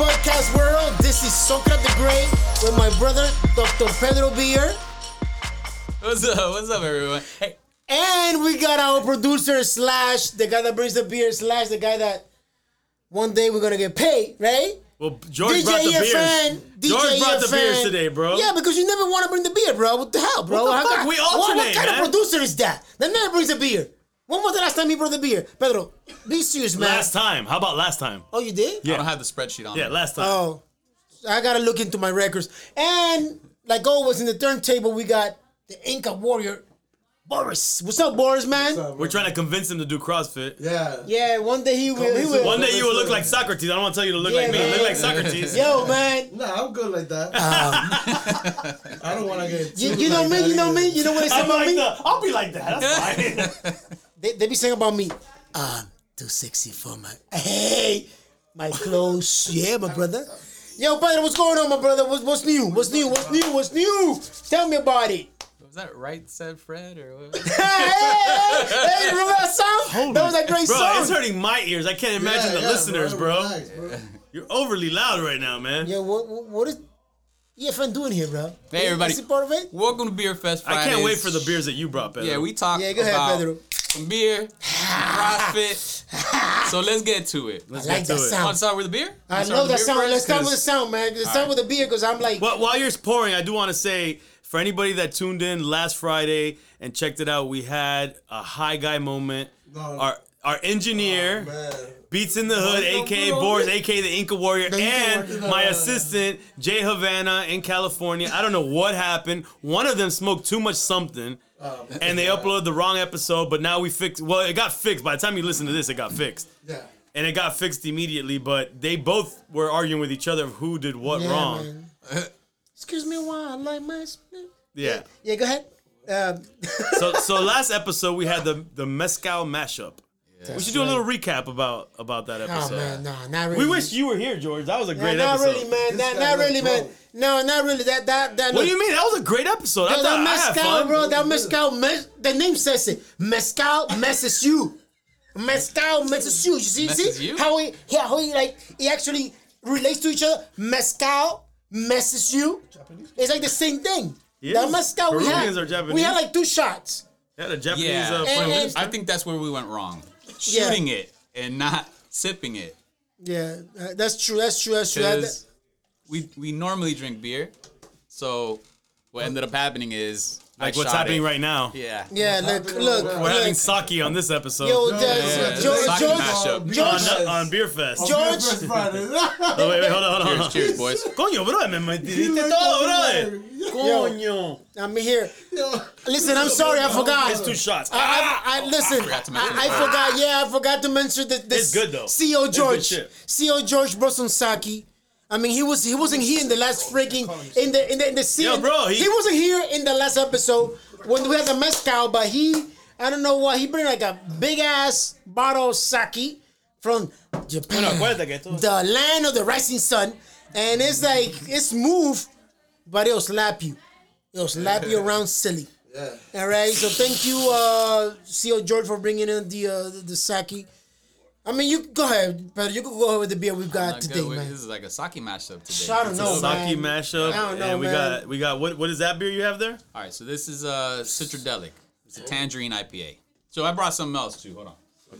podcast world. This is Socrates the Great with my brother, Dr. Pedro Beer. What's up? What's up, everyone? Hey, And we got our producer slash the guy that brings the beer slash the guy that one day we're gonna get paid, right? Well, George brought the EFN, beers. George brought the EFN. beers today, bro. Yeah, because you never want to bring the beer, bro. What the hell, bro? What the How fuck? come- We What- What alternate, kind man. of producer is that? That never brings a beer. When was the last time he brought the beer, Pedro? Be serious, man. Last time. How about last time? Oh, you did? I Yeah. don't have the spreadsheet on. Yeah, me. last time. Oh, I gotta look into my records. And like always in the turntable, we got the Inca Warrior, Boris. What's up, Boris, man? We're trying to convince him to do CrossFit. Yeah. Yeah, one day he will. He will. One day you will look like Socrates. I don't want to tell you to look Yeah, like me. man. Look like Socrates. Yo, man. Nah, I'm good like that. I don't want to get. Um, You, too you know like me, that you know either. me, you know what they say I'm about like me? the, I'll be like that. That's fine. They, they be saying about me, I'm too sexy for my. Hey, my clothes. Yeah, my brother. Yo, brother, what's going on, my brother? What's, what's new? What's new? What's new? What's new? Tell me about it. Was that right, said Fred, or what? Hey, hey, hey, hey, remember that song? that was a great bro, song. it's hurting my ears. I can't Yeah, imagine the yeah, listeners, bro. relax, bro. You're overly loud right now, man. Yeah, what what, what is EFN doing here, bro? Hey, everybody. Is it part of it? Welcome to Beer Fest I Fridays. can't wait for the beers that you brought, Pedro. Yeah, we talked Yeah, go ahead, about Pedro. some beer, CrossFit. so let's get to it. Let's I like that get to it. want to sound. start with the beer. I Wanna start know with the that beer sound. first? Let's start with the 'Cause- sound, man. Let's start with the beer because I'm like, But while you're pouring, I do want to say for anybody that tuned in last Friday and checked it out, we had a high guy moment. No. Oh, Our our engineer. Man. Beats in the Hood, aka Boris, aka the Inca Warrior, and my assistant Jay Havana in California. I don't know what happened. One of them smoked too much something, Oh. Um, and they uploaded the wrong episode. But now we fixed. Well, it got fixed. By the time you listen to this, it got fixed, Yeah. and it got fixed immediately. But they both were arguing with each other of who did what yeah, wrong. man. Excuse me while I like my. sp- Yeah. Yeah, go ahead. Um, so so last episode we had the the mezcal mashup. We should do a little recap about about that oh episode. man, no, not really. We wish you were here, George. That was a Nah, great not episode. really, man. This Not, guy not was really, man. broke. No, not really. That that that. What no. do you mean? That was a great episode. I Yo, thought that I had mezcal, fun. bro. That mezcal, mes- the name says it. Mezcal messes you. Mezcal messes you. You see, Messes see you? how he, yeah, how he like he actually relates to each other. Mezcal messes you. It's like the same thing. Yeah. That mezcal we had. Peruvians are Japanese. We had like two shots. They had a Japanese Yeah, uh, And- friend. and- I think that's where we went wrong. Yeah. Shooting it and not sipping it. Yeah, uh, that's true. That's true. That's true. That- Because we we normally drink beer, so what ended up happening is I like what's shot happening it. right now. Yeah. yeah, look, look, We're We're having look. sake on this episode. Yo, Yeah, the- yeah, yeah. George, Sake George, mashup. Be George- on, honest. on Beer Fest. On Oh, George- Beer Fest Friday. wait, wait, hold Cheers, on, hold on. Hold on. cheers, boys. Coño, bro, me He metiste looked todo, over bro. there. Coño. I'm here. Yo. Listen, I'm sorry, I forgot. It's two shots. Oh, I, I, I listen. I, forgot to mention I that. forgot. Yeah, I forgot to mention that. This It's good, though. Co good George. shit. Co George brought some sake. I mean, he was he wasn't here in the last freaking in the in the in the scene. Yo, bro, he, he- wasn't here in the last episode when we had the mezcal, but he I don't know what he bring like a big ass bottle of sake from Japan, Bueno, acuérdate que esto- the land of the rising sun, and it's like it's smooth, but it'll slap you, it'll slap you around silly. Yeah. All right, so thank you, uh, CEO George, for bringing in the uh, the, the sake. I mean, you go ahead, but you can go ahead with the beer we've got Not good. today, We- man. This is like a sake mashup today. I don't know, Sake man. mashup. I don't know, and we man. got we got what what is that beer you have there? All right, so this is uh, Citradelic. It's a tangerine IPA. So I brought something else too. Hold on.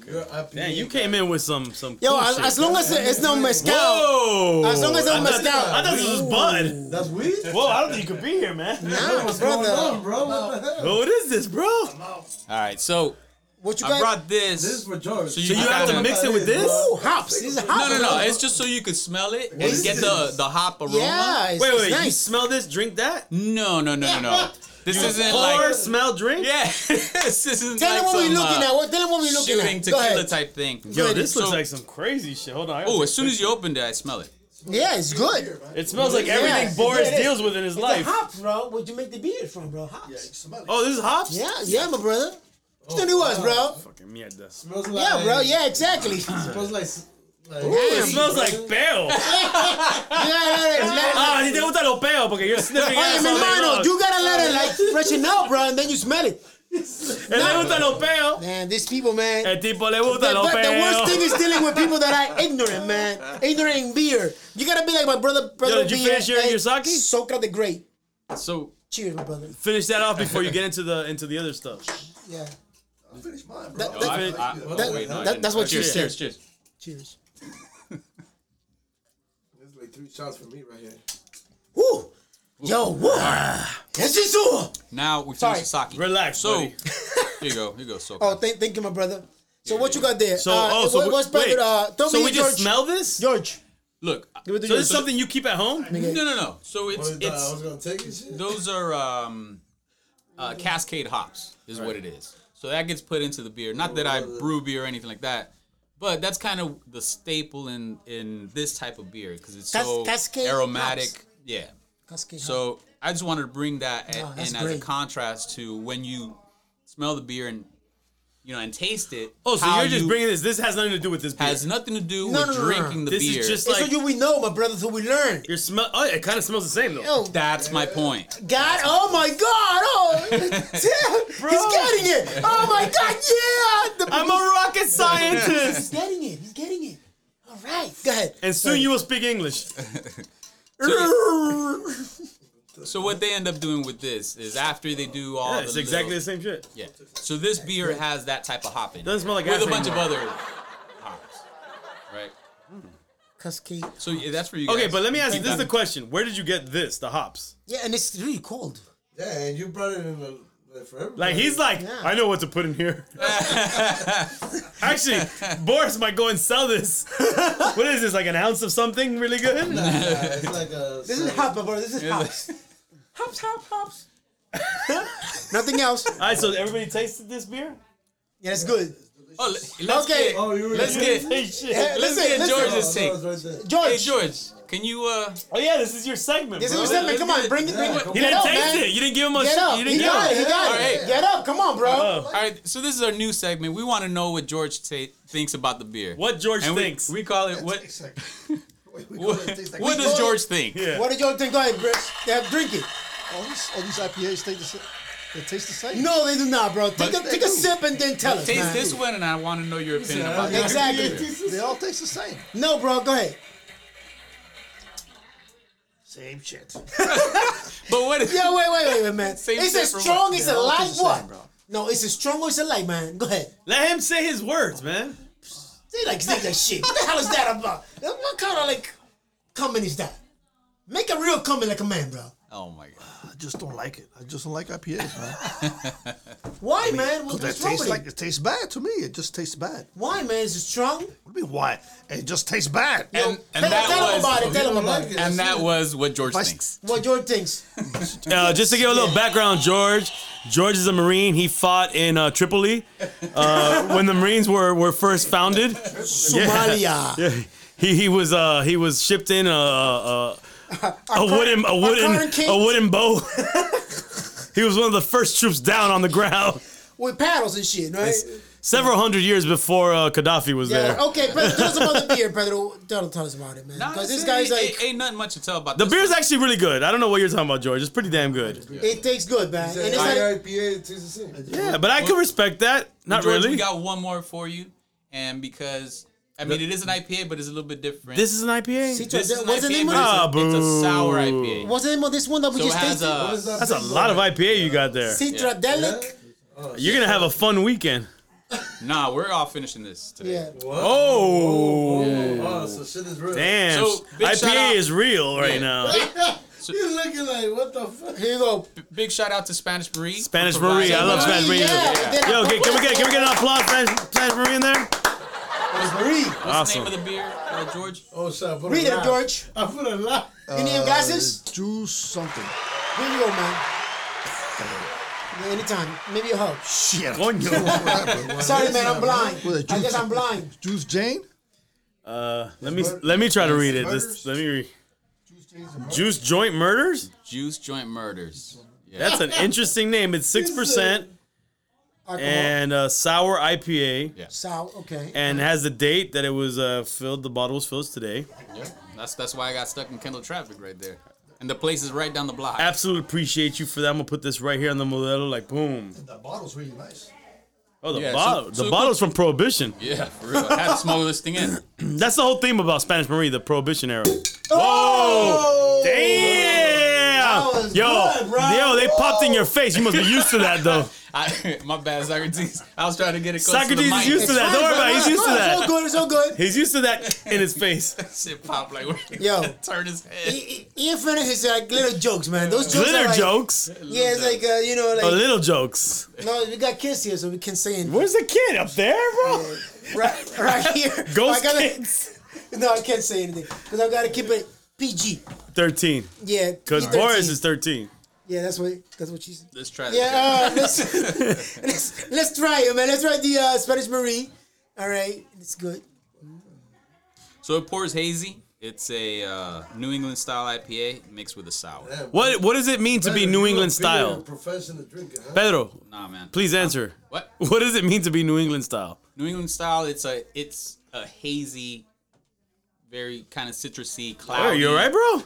You're up Man, here. you came in with some some. Yo, cool as, shit. as long as it's no mezcal, Whoa! as long as it's I no thought- mezcal. I thought this was Bud. That's weed? Whoa, I don't think you could be here, man. Nah, What's going brother. on, bro? What the hell? Yo, What is this, bro? All right, so What you I got? brought this. This is for George. So you- You have to mix it with this? Ooh, hops. This is no, hops. no, no. It's just so you could smell it and is get the this? the hop aroma. yeah. It's, Wait, it's wait, you nice. smell this, drink that? No, no, no, no, no. This isn't Pour, like smell, drink? yeah. this isn't Tell like them what we're some, looking uh, at. What? Tell them what we're looking shooting at. Go tequila ahead. type thing. Yo, this So- looks like some crazy shit. Hold on. I gotta Oh, take as soon a as you opened it, I smell it. Yeah, it's good. picture. It smells like Yeah, everything it's- Boris it is. deals with in his life. hops, bro. Where'd you make the beer from, bro? Yeah, you Hops. smell it. Oh, this is hops? Yeah, yeah, my brother. What you think it was, bro? Fucking mierda. Smells like, Yeah, bro. Yeah, exactly. Smells like. like It Damn. smells like peo. Ah, si te gusta lo peo porque you're sniffing Oye, ass mi all day hermano, long. you gotta let it like freshen up, bro, and then you smell it. le gustan los peos. Man, these people, man. El tipo le gusta But- los but the worst thing peos. is dealing with people that are ignorant, man. Ignorant in beer. You gotta be like my brother. brother did you beer, finish your- like your sake? Soka the Great. So Cheers, my brother. Finish that off before you get into the into the other stuff. Yeah. I finished mine, bro. That- Oh, I I- was like, I- yeah, oh, that- wait, no, I that- didn't. that's what you cheers, said. Cheers, cheers. Cheers. There's like three shots for me right here. Woo. Ah. Yo, woo. Yes, it's all. Now we Sorry. finished the sake. Relax, So buddy. here you go, here you go. So Oh, thank, thank you, my brother. So what you got there? So Uh, oh, so what- we- what's better? wait. Uh, throw so me we a just George. smell this? George. look, Give it to So George. this is something you keep at home? no, no, no. So Oh, it's Well, I was it's gonna take it. Shit. those are um, uh, Cascade hops is what it is. So that gets put into the beer. Not that I brew beer or anything like that, but that's kind of the staple in in this type of beer because it's Cas- so Cascade aromatic. hops. Yeah. Cascade, huh? So I just wanted to bring that a- Oh, that's in as a great. contrast to when you smell the beer and you know and taste it. Oh, so how you're just you- bringing this. This has nothing to do with this beer. has nothing to do No, with no, no, no, no. drinking the This is beer. just- It's like- what you we know, my brother. So we learn. Your smell oh it kinda smells the same though. Yo, That's my point. God, oh my God, oh, damn, he's getting it. Oh my God, yeah. The- I'm a rocket he's scientist! getting it. He's getting it. All right, go ahead. and soon you will speak English. So what they end up doing with this is after they do all Yeah, the it's exactly little- the same shit. yeah. So this beer has that type of hop in it. Doesn't smell like with a ass bunch anymore. of other hops, right? Cascade. So yeah, that's for you. Guys. Okay, but let me ask you this is the question. Where did you get this, the hops? Yeah, and it's really cold. Yeah, and you brought it in the like, for everybody. Like he's like, Yeah. I know what to put in here. Actually, Boris might go and sell this. what is this? Like an ounce of something really good? Yeah, it's like a. This is hop, my brother. This Oh, is hops. hops, hop, hops. Nothing else. All right, so everybody tasted this beer. Yeah, it's good. Oh, le- let's Okay. get. Oh, you were let's you- get. Hey, shit. Hey, Let's listen, get listen. George's Oh, take. no, it's right there. George. Hey George, can you uh? Oh yeah, this is your segment. This bro. is something. Come on, bring it, bring it. He Get didn't up, taste man. it. You didn't give him a. Get shit. up. He You didn't give got it. him. He got All right. it. Get up. Come on, bro. All right, so this is our new segment. We want to know what George ta- thinks about the beer. What George and we- thinks. We, call it what? Tastes like- Wait, we call What, it tastes like- what does George think? Yeah. What did y'all think? Go ahead, bro. Yeah, drink it. All these, all these IPAs take the, sa- they taste the same. No, they do not, bro. Take a But- take a sip and then tell us. Taste man. this one, and I want to know your opinion Yeah, about yeah. it. Exactly. They all taste the same. No, bro. Go ahead. Same shit. But what is? Yeah, wait, wait, wait, wait, man. Same it's shit a for strong, what? it's a light it's the what? same, bro. No, it's a strong or it's a light, man. Go ahead. Let him say his words, man. They like say that shit. What the hell is that about? Like, What kind of like comment is that? Make a real comment like a man, bro. Oh my god. I just don't like it. I just don't like IPAs, man. Why, 'Cause man? What- What's that wrong with tastes it? like it tastes bad to me. It just tastes bad. Why, man? Is it strong? What do you mean why? It just tastes bad. And, and tell tell him that about it. was Tell him don't about like it. it. and that was what George Vice- thinks. What your things? Uh, just to give a little background, George. George is a Marine. He fought in uh, Tripoli uh, when the Marines were, were first founded. Somalia. He he was uh, he was shipped in a a, a wooden a wooden current king- a wooden boat. he was one of the first troops down on the ground With paddles and shit, right? several hundred years before uh, Gaddafi was Yeah. there. Okay, Pedro, tell us about the beer, Pedro. Tell, tell us about it, man. Nah, Because this see, guy's ain't- like, ain't, nothing much to tell about The this beer's one. actually really good. I don't know what you're talking about, George. It's pretty damn good. it tastes good, man. And Say, it's I- like, IPA it tastes the same. Yeah, but I could respect that. Not George, really. We got one more for you, and because I mean it is an IPA, but it's a little bit different. This is an IPA. See, This is an What's the IPA, name of but Ah, It's a, it's boo. a sour IPA. what's the name of this one that we so it just has tasted? a What is that That's a big lot of one? IPA you got there. Citradelic. You're gonna have a fun weekend. nah. We're all finishing this today. Yeah. Oh, Oh, so shit is real. damn! So, big shout IPA out- is real right Yeah. now. You're looking like, what the fuck? Here you go. Big shout out to Spanish Marie. for Spanish Marie, I love providing- Spanish Marie. Yeah, they did Yo, a- can, can we get can we get an applause, Spanish, Spanish Marie in there? Read. What's the Awesome. name of the beer, uh, George? Oh, shit. I put Read a it, lot. George. I put a lot. You need your glasses? Juice Uh, something. Here you go, man. Yeah, anytime. Maybe a hug. Shit. Sorry, man. I'm blind. Well, I guess I'm blind. Juice Jane. Uh, let me let me try to read it. Let's, let me read. Juice joint murders. Juice Joint Murders. That's an interesting name. It's six percent Alcohol. and uh, sour IPA, Sal, okay. and has the date that it was uh, filled. The bottle was filled today. That's that's why I got stuck in Kendall traffic right there. and the place is right down the block. Absolutely appreciate you for that. I'm gonna put this right here on the Modelo, like boom. The bottle's really nice. Oh, the Yeah, so- bottle, so the it bottle's from Prohibition. Yeah, for real. I had to smuggle this thing in. That's the whole theme about Spanish Marie, the Prohibition era. Whoa! Damn! was Yo, good, bro. yo, they popped in your face. You must be used to that, though. I, my bad, Socrates. I was trying to get it close to Socrates the is mic. used to that. Don't worry about it. He's used to It's all that. good. It's all good. He's used to that in his face. Shit pop like Yo. turn his head. I- I- Ian Fenner is like little jokes, man. Those jokes are Glitter like, jokes. Yeah, it's like uh, you know, Oh, like little jokes. no, we got kids here, so we can say it. Where's the kid up there, bro? right, right here. Ghost I gotta, kids. No, I can't say anything because I gotta keep it PG. Thirteen, Yeah, because PG-13. Boris is thirteen. Yeah, that's what that's what she said. Let's try this. again. Yeah, uh, let's, let's let's try it, man. Let's try the uh, Spanish Marie. All right, it's good. So it pours hazy. It's a uh, New England style IPA mixed with a sour. What What does it mean to be New England style? Profession of drinking, huh? Pedro, Nah, man. please answer. What? What does it mean to be New England style? New England style. It's a it's a hazy, very kind of citrusy, cloudy. Are you alright, bro?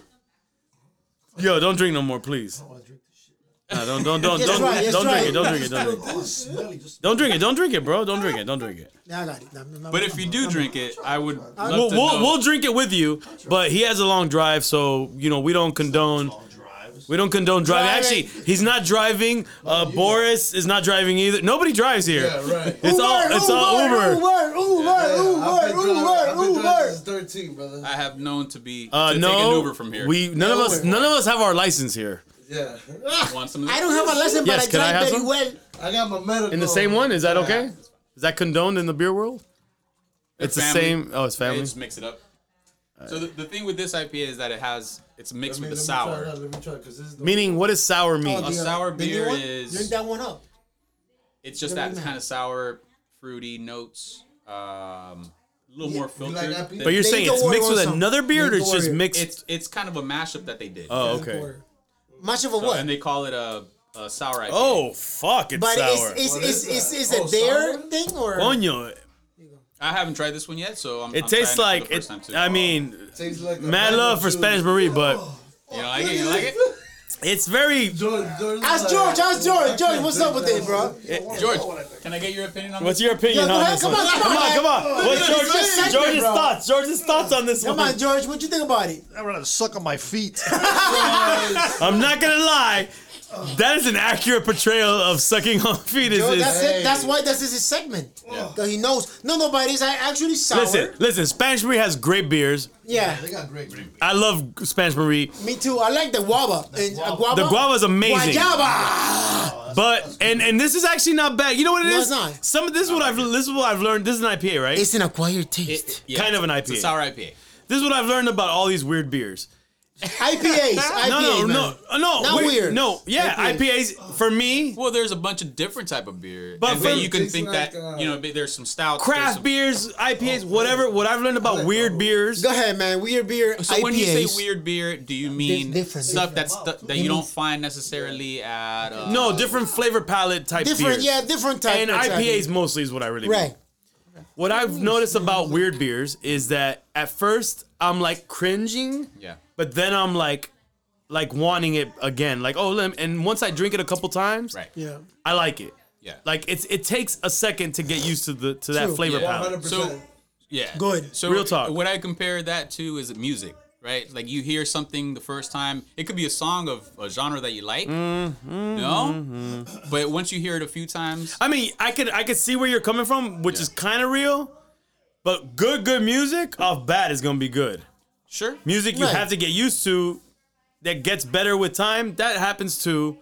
Yo, don't drink no more, please. Oh, I drink this shit. Nah, don't don't don't Just don't, try it, just don't try drink it. it. Don't drink it. Don't drink it. Oh, it's smelly. Just Don't drink it. Don't drink it, bro. Don't drink it. Don't drink it. Now I got it. No, no, no, But if you do drink it, I would. Love We'll, to we'll, know. we'll drink it with you, but he has a long drive, so you know we don't condone drives. we don't condone driving. Actually, Driving. he's not driving. Uh, Boris is not driving either. Nobody drives here. Yeah, right. It's all it's all Uber. Uber, I've been Uber, driving- I've Uber, been Uber, driving Uber. since 13, brother. I have known to be Uh, to no, take an Uber from here. we none of Yeah, us Uber. none of us have our license here. Yeah. Ah, want some. Of this? I don't have a lesson, but Yes, I can I drive have very some? well. I got my medical. In the same one, is that Yeah. okay? Is that condoned in the beer world? It's the family. same. Oh, it's They family. just mix it up. So the, the thing with this IPA is that it has it's mixed Let me- with the let me try sour. that, Let me try, 'cause this is the Meaning, what does sour mean? Oh, A Yeah. sour The new beer one? Drink is that one up. it's just that it's kind of sour, fruity notes, um, a little more like filtered. IPA? than- But you're They saying go it's mixed order with some. another beer, or They it's go just order. mixed? it's it's kind of a mashup that they did. oh, Don't okay. worry. Much of a So- and what? they call it a, a sour IPA. Oh, fuck! It's But sour. is What is is is is, that? is Oh, it their sour? thing or? Coño, I haven't tried this one yet, so I'm. it I'm tastes trying like for the it. first time, too. I mean, tastes like a mad love for magnitude. Spanish Marie, but you know, like it. You like it? it's very. George, George, Ask George. Ask George. George, what's up with it, bro? George, can I get your opinion on What's this? your opinion Yo, go on ahead, this? come one? on, come come on, on. come on. What's This George, is a segment, George's bro. thoughts? George's thoughts on this Come one. on, George. What you think about it? I'm gonna suck on my feet. I'm not gonna lie. That is an accurate portrayal of sucking on feet. Is Yo, that's is- it. That's why this is his segment. Yeah. Cause he knows. No, nobody's. I actually sour. Listen, listen. Spanish Marie has great beers. Yeah. They got great drink. I love Spanish Marie, Me too. I like the guava. And uh, guava. The guava's amazing. Guayaba. but and and this is actually not bad. You know what it is? No, it's not. Some of this is what I've this is what I've learned. This is an IPA, right? It's an acquired taste. It- yeah, Kind of an it's a IPA. sour IPA. this is what I've learned about all these weird beers. IPAs. IPAs. No, no, man. no, uh, no, Not wait, weird. No, yeah, IPAs. IPAs. for me, Well, there's a bunch of different type of beer, But but and then for- you can It's think like, that uh, you know there's some stout, there's craft some- beers, IPAs, whatever. What I've learned about weird beers. Go ahead, man. Weird beer. So IPAs. when you say weird beer, do you mean different. stuff that's stu- that you don't find necessarily at? Uh, No, different flavor palette type different, beers. yeah, different type. and exactly. IPAs mostly is what I really mean. Right. What I've noticed about weird beers is that at first I'm like cringing, Yeah. but then I'm like, like wanting it again. Like oh, lem- and once I drink it a couple times, Right. Yeah. I like it. Yeah. Like it's it takes a second to get used to the to that True. flavor Yeah. palette. 100%. So yeah. Good. So Real talk. What I compare that to is music, right? Like you hear something the first time, it could be a song of a genre that you like, Mm-hmm. no, but once you hear it a few times, I mean, I could I could see where you're coming from, which is kind of real. But good, good music off bat is gonna be good. sure, Music you Right. have to get used to that gets better with time. That happens too.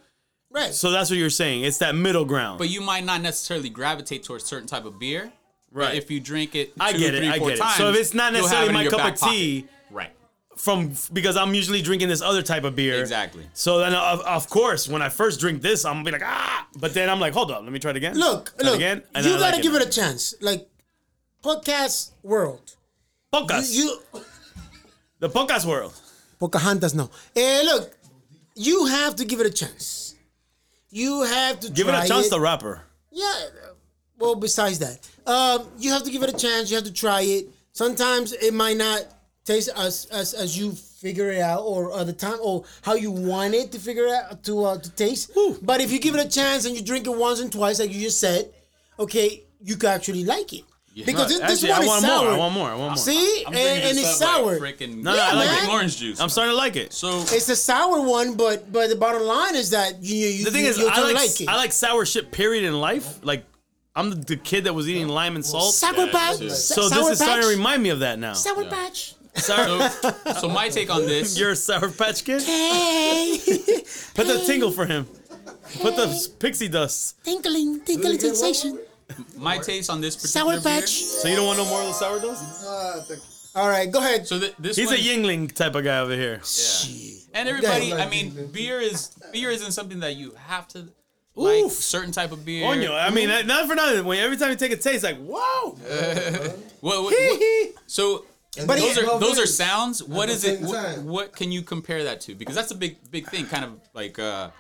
Right. So that's what you're saying. It's that middle ground. but you might not necessarily gravitate towards certain type of beer. right. If you drink it, I two, get it, three, I four get it. times, So if it's not you'll have necessarily it in my your cup back of pocket. tea- right? from because I'm usually drinking this other type of beer. Exactly. So then, uh, of, of course, when I first drink this, I'm gonna be like ah. But then I'm like, hold up, let me try it again. Look, Try it look. again, and you then I gotta like give it a chance. Like podcast world. podcast. You, you the podcast world. Pocahontas, no. Eh, look, you have to give it a chance. You have to Give it try a chance, the rapper. Yeah. Well, besides that, um, you have to give it a chance. You have to try it. Sometimes it might not taste as as as you figure it out, or at the time, or how you want it to figure it out to uh, to taste. But if you give it a chance and you drink it once and twice, like you just said, okay, you could actually like it because Right, this, this actually, one I is want sour. more. I want more. I want more. See, and, I'm drinking and this it's up sour. Like freaking, No, no, I Yeah, like man. it. orange juice. I'm starting to like it. so It's a sour one, but but the bottom line is that you you the thing you, is, you I don't like, like it. I like sour shit. Period in lift. Like, I'm the, the kid that was eating lime and salt. sour patch. too. So so sour this is starting patch. to remind me of that now. sour patch. Sour, so my take on this. you're a sour patch kid. Hey, Put the tingle for him. Put the s- pixie dust. tinkling, tinkling sensation. my taste on this Sour particular patch. So you don't want no more of the sour dust? Uh, thank you. All right, go ahead. Beer, so th- this He's a one, yingling type of guy over here. Shit. and everybody. Yeah. I mean, beer is beer isn't something that you have to like. Certain type of beer. Coño, I mean, that- not for nothing. When every time you take a taste, like, whoa. What- what- what- so But those it- are those are beers sounds. What the is it? same What, time. what can you compare that to? Because that's a big big thing. Kind of like uh,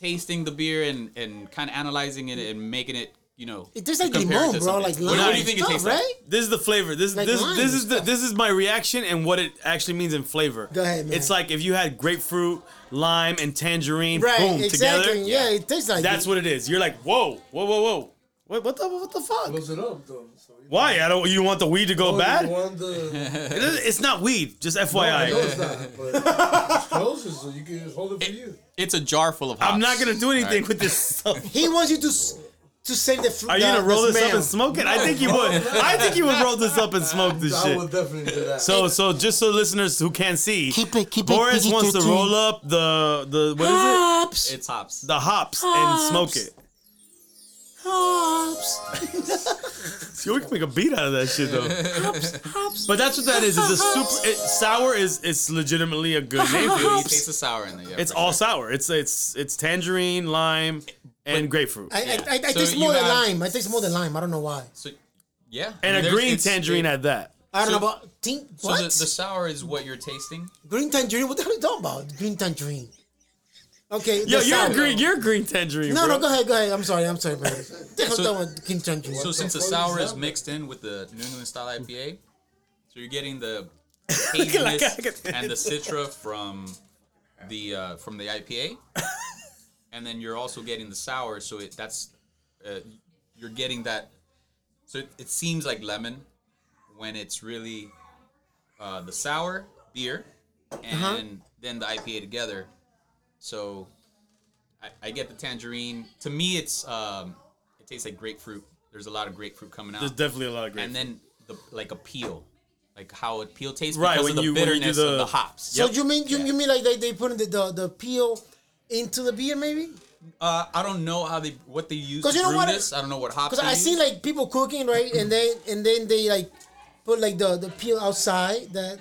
tasting the beer and and kind of analyzing it and making it. You know, It tastes like compare it limon, to bro. something. Like what, lime. what do you think it stuff, tastes right? like? This is the flavor. This Like this lime this and is the this is my reaction and what it actually means in flavor. Go ahead, man. It's like if you had grapefruit, lime, and tangerine, Right, boom, exactly. together. Yeah, it tastes like That's it. what it is. You're like, whoa, whoa, whoa, whoa. What, what the what the fuck? Close it up though. So you Why? I don't. You want the weed to go bad? Oh, want the- It is- It's not weed. Just I FYI. know it's not, but it's closer, so you can hold it for you. It's a jar full of hops. I'm not gonna do anything Alright. with this stuff. He wants you to s- to save the fruit. Are you the, gonna roll the this up smell. and smoke it? I think you would. I think you would roll this up and smoke this I shit. would definitely do that. So, so just so listeners who can't see, Keep it- keep it Boris PG-13. wants to roll up the the what is it? Hops, It's hops. The hops, Hops. and smoke it. hops, See, we can make a beat out of that shit though. hops, hops. But that's what that is. It's a super it, sour. Is it's legitimately a good name for It it. tastes of sour in there. Yeah, It's for all sure. sour. It's it's it's tangerine, lime, and grapefruit, I, I, I, I So taste you more the have- lime. I taste more the lime. I don't know why. So, yeah. and a There's- green it's- tangerine it- at that. I don't So- know about think So what the, the sour is what you're tasting. green tangerine. What the hell are you talking about? Green tangerine. Okay. Yo, the you're a sour. green. You're a green tangerine. No, bro. no, go ahead, go ahead. I'm sorry, I'm sorry, bro. So- so, green tangerine. So since the fuck is sour is that? mixed in with the New England style IPA, so you're getting the at- look haziness at that. and the citra from the uh, from the IPA, and then you're also getting the sour. So it that's uh, you're getting that. So it, it seems like lemon when it's really uh, the sour beer and Uh-huh. then the IPA together. So I, I get the tangerine. To me, it's um, it tastes like grapefruit. There's a lot of grapefruit coming out, There's definitely a lot of grapefruit. and then the like a peel, like how a peel tastes Right, because when of the you- when you do bitterness the- of the hops. So Oh, you mean you, you mean like they, they put in the, the the peel into the beer maybe? Uh, I don't know how they what they use 'Cause to you know brew what? this. I don't know what hops. Because they I use. see like people cooking right, and then and then they like put like the the peel outside that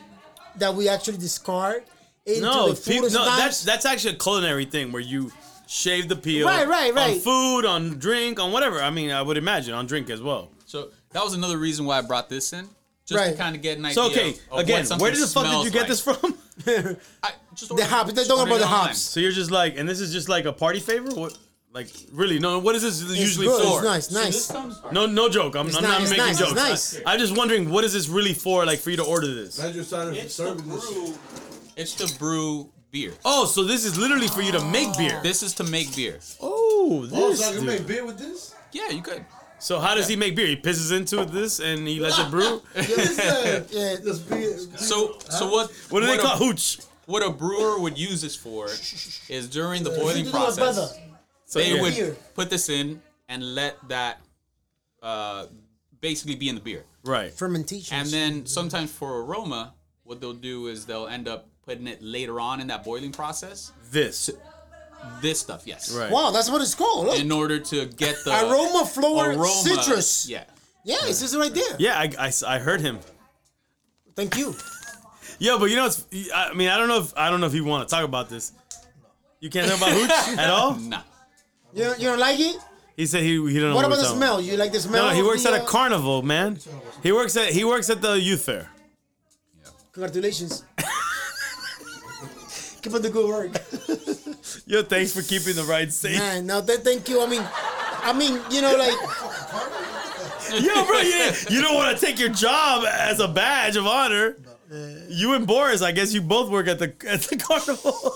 that we actually discard into No, the food. peop- or no, sometimes. that's that's actually a culinary thing where you shave the peel. Right, right, On right. food, on drink, on whatever. I mean, I would imagine on drink as well. So that was another reason why I brought this in, just to Right. kind of get an idea. So okay, of- of what again, where something did the fuck did smells you get like. this from? I, just the hops. They're talking about the hops. so you're just like, and this is just like a party favor. What? Like really? No. What is this usually good, for? it's nice, nice. This comes No, no joke. I'm, I'm nice, not it's making nice, it's jokes. nice. I, am just wondering, what is this really for? Like for you to order this? Glad you're starting It's to serving this shit. brew. It's to brew beer. Oh, so this is literally for you to make beer. This is to make beer. Oh, Oh, this. so I can dude. make beer with this? Yeah, you could. so how does he make beer? He pisses into this and he lets it brew. yeah, Yeah. this beer. So, so what? What do they a- call hooch? What a brewer would use this for is during the You boiling do it, brother. process, they yeah. Beer. would put this in and let that uh, basically be in the beer. Right. Fermentation. And then sometimes for aroma, what they'll do is they'll end up putting it later on in that boiling process. This. This stuff, yes. Right. wow, that's what it's called. Look. In order to get the Aroma, flower, aroma. citrus. Yeah. Yeah, it's just right there. Yeah, I, I, I heard him. Thank you. Yeah, but you know, it's, I mean, I don't know if I don't know if you want to talk about this. You can't talk about hooch at all. Nah. You don't, you don't like it? He said he he don't know. What about we're the talking smell? You like the smell? No, he of works the, at a uh, carnival, man. He works at he works at the youth fair. Congratulations. Keep up the good work. Yo, thanks for keeping the ride safe. Man, no, th- thank you. I mean, I mean, you know, like Yo, bro, you, you don't want to take your job as a badge of honor. uh, You and Boris, I guess you both work at the at the carnival.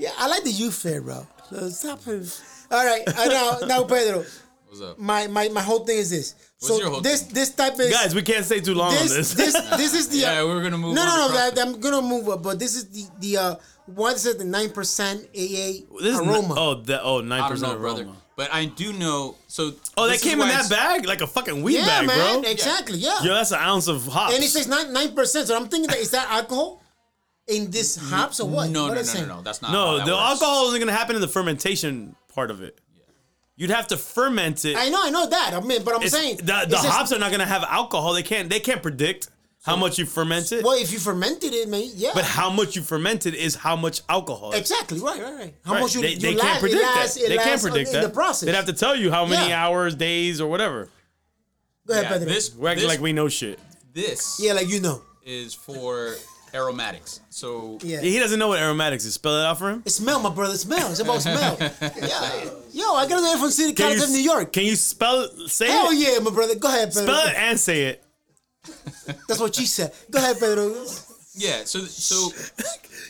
Yeah, I like the youth fair, bro. So stop it. All right, uh, now, now Pedro, What's up? my, my, my whole thing is this. What's so your whole this thing? this type is Guys, we can't stay too long on this this. this this is the Yeah, we're gonna move. no on no to no crop- that, I'm gonna move up, but this is the the uh what is it the nine percent AA This is n- aroma. oh, that oh I nine don't percent know, aroma. brother. But I do know. So Oh, that this is came in why that it's- bag like a fucking weed yeah, bag, man, bro. exactly, yeah. Yo, that's an ounce of hops. and it says nine nine percent. So I'm thinking that is that alcohol in this hops or what? What I'm No, no, no, no, saying? no. That's not. how "Oh, no, that Oh, the works. alcohol isn't gonna happen in the fermentation part of it. You'd have to ferment it. I know, I know that. I mean, but I'm It's- saying the, it's the just- hops are not gonna have alcohol. They can't. They can't predict how much you ferment it. Well, if you fermented it, man, yeah. But how much you fermented is how much alcohol. exactly right, right, right. How Right. much you they, you they last, can't it predict lasts- that. it They can't lasts predict in that. the process. They'd have to tell you how many Yeah. hours, days, or whatever. Go ahead, Yeah, Pedro. this, We're acting this, like we know shit. this yeah, like you know, is for aromatics. So yeah. He doesn't know what aromatics is. Spell it out for him. It smell, my brother. It smell. It's about smell. yeah. Yo, I got it from City Can College you of s- New York. Can you spell? Say Hell it. yeah, my brother. Go ahead, Pedro. Spell it and say it. That's what she said. Go ahead, Pedro. yeah. So so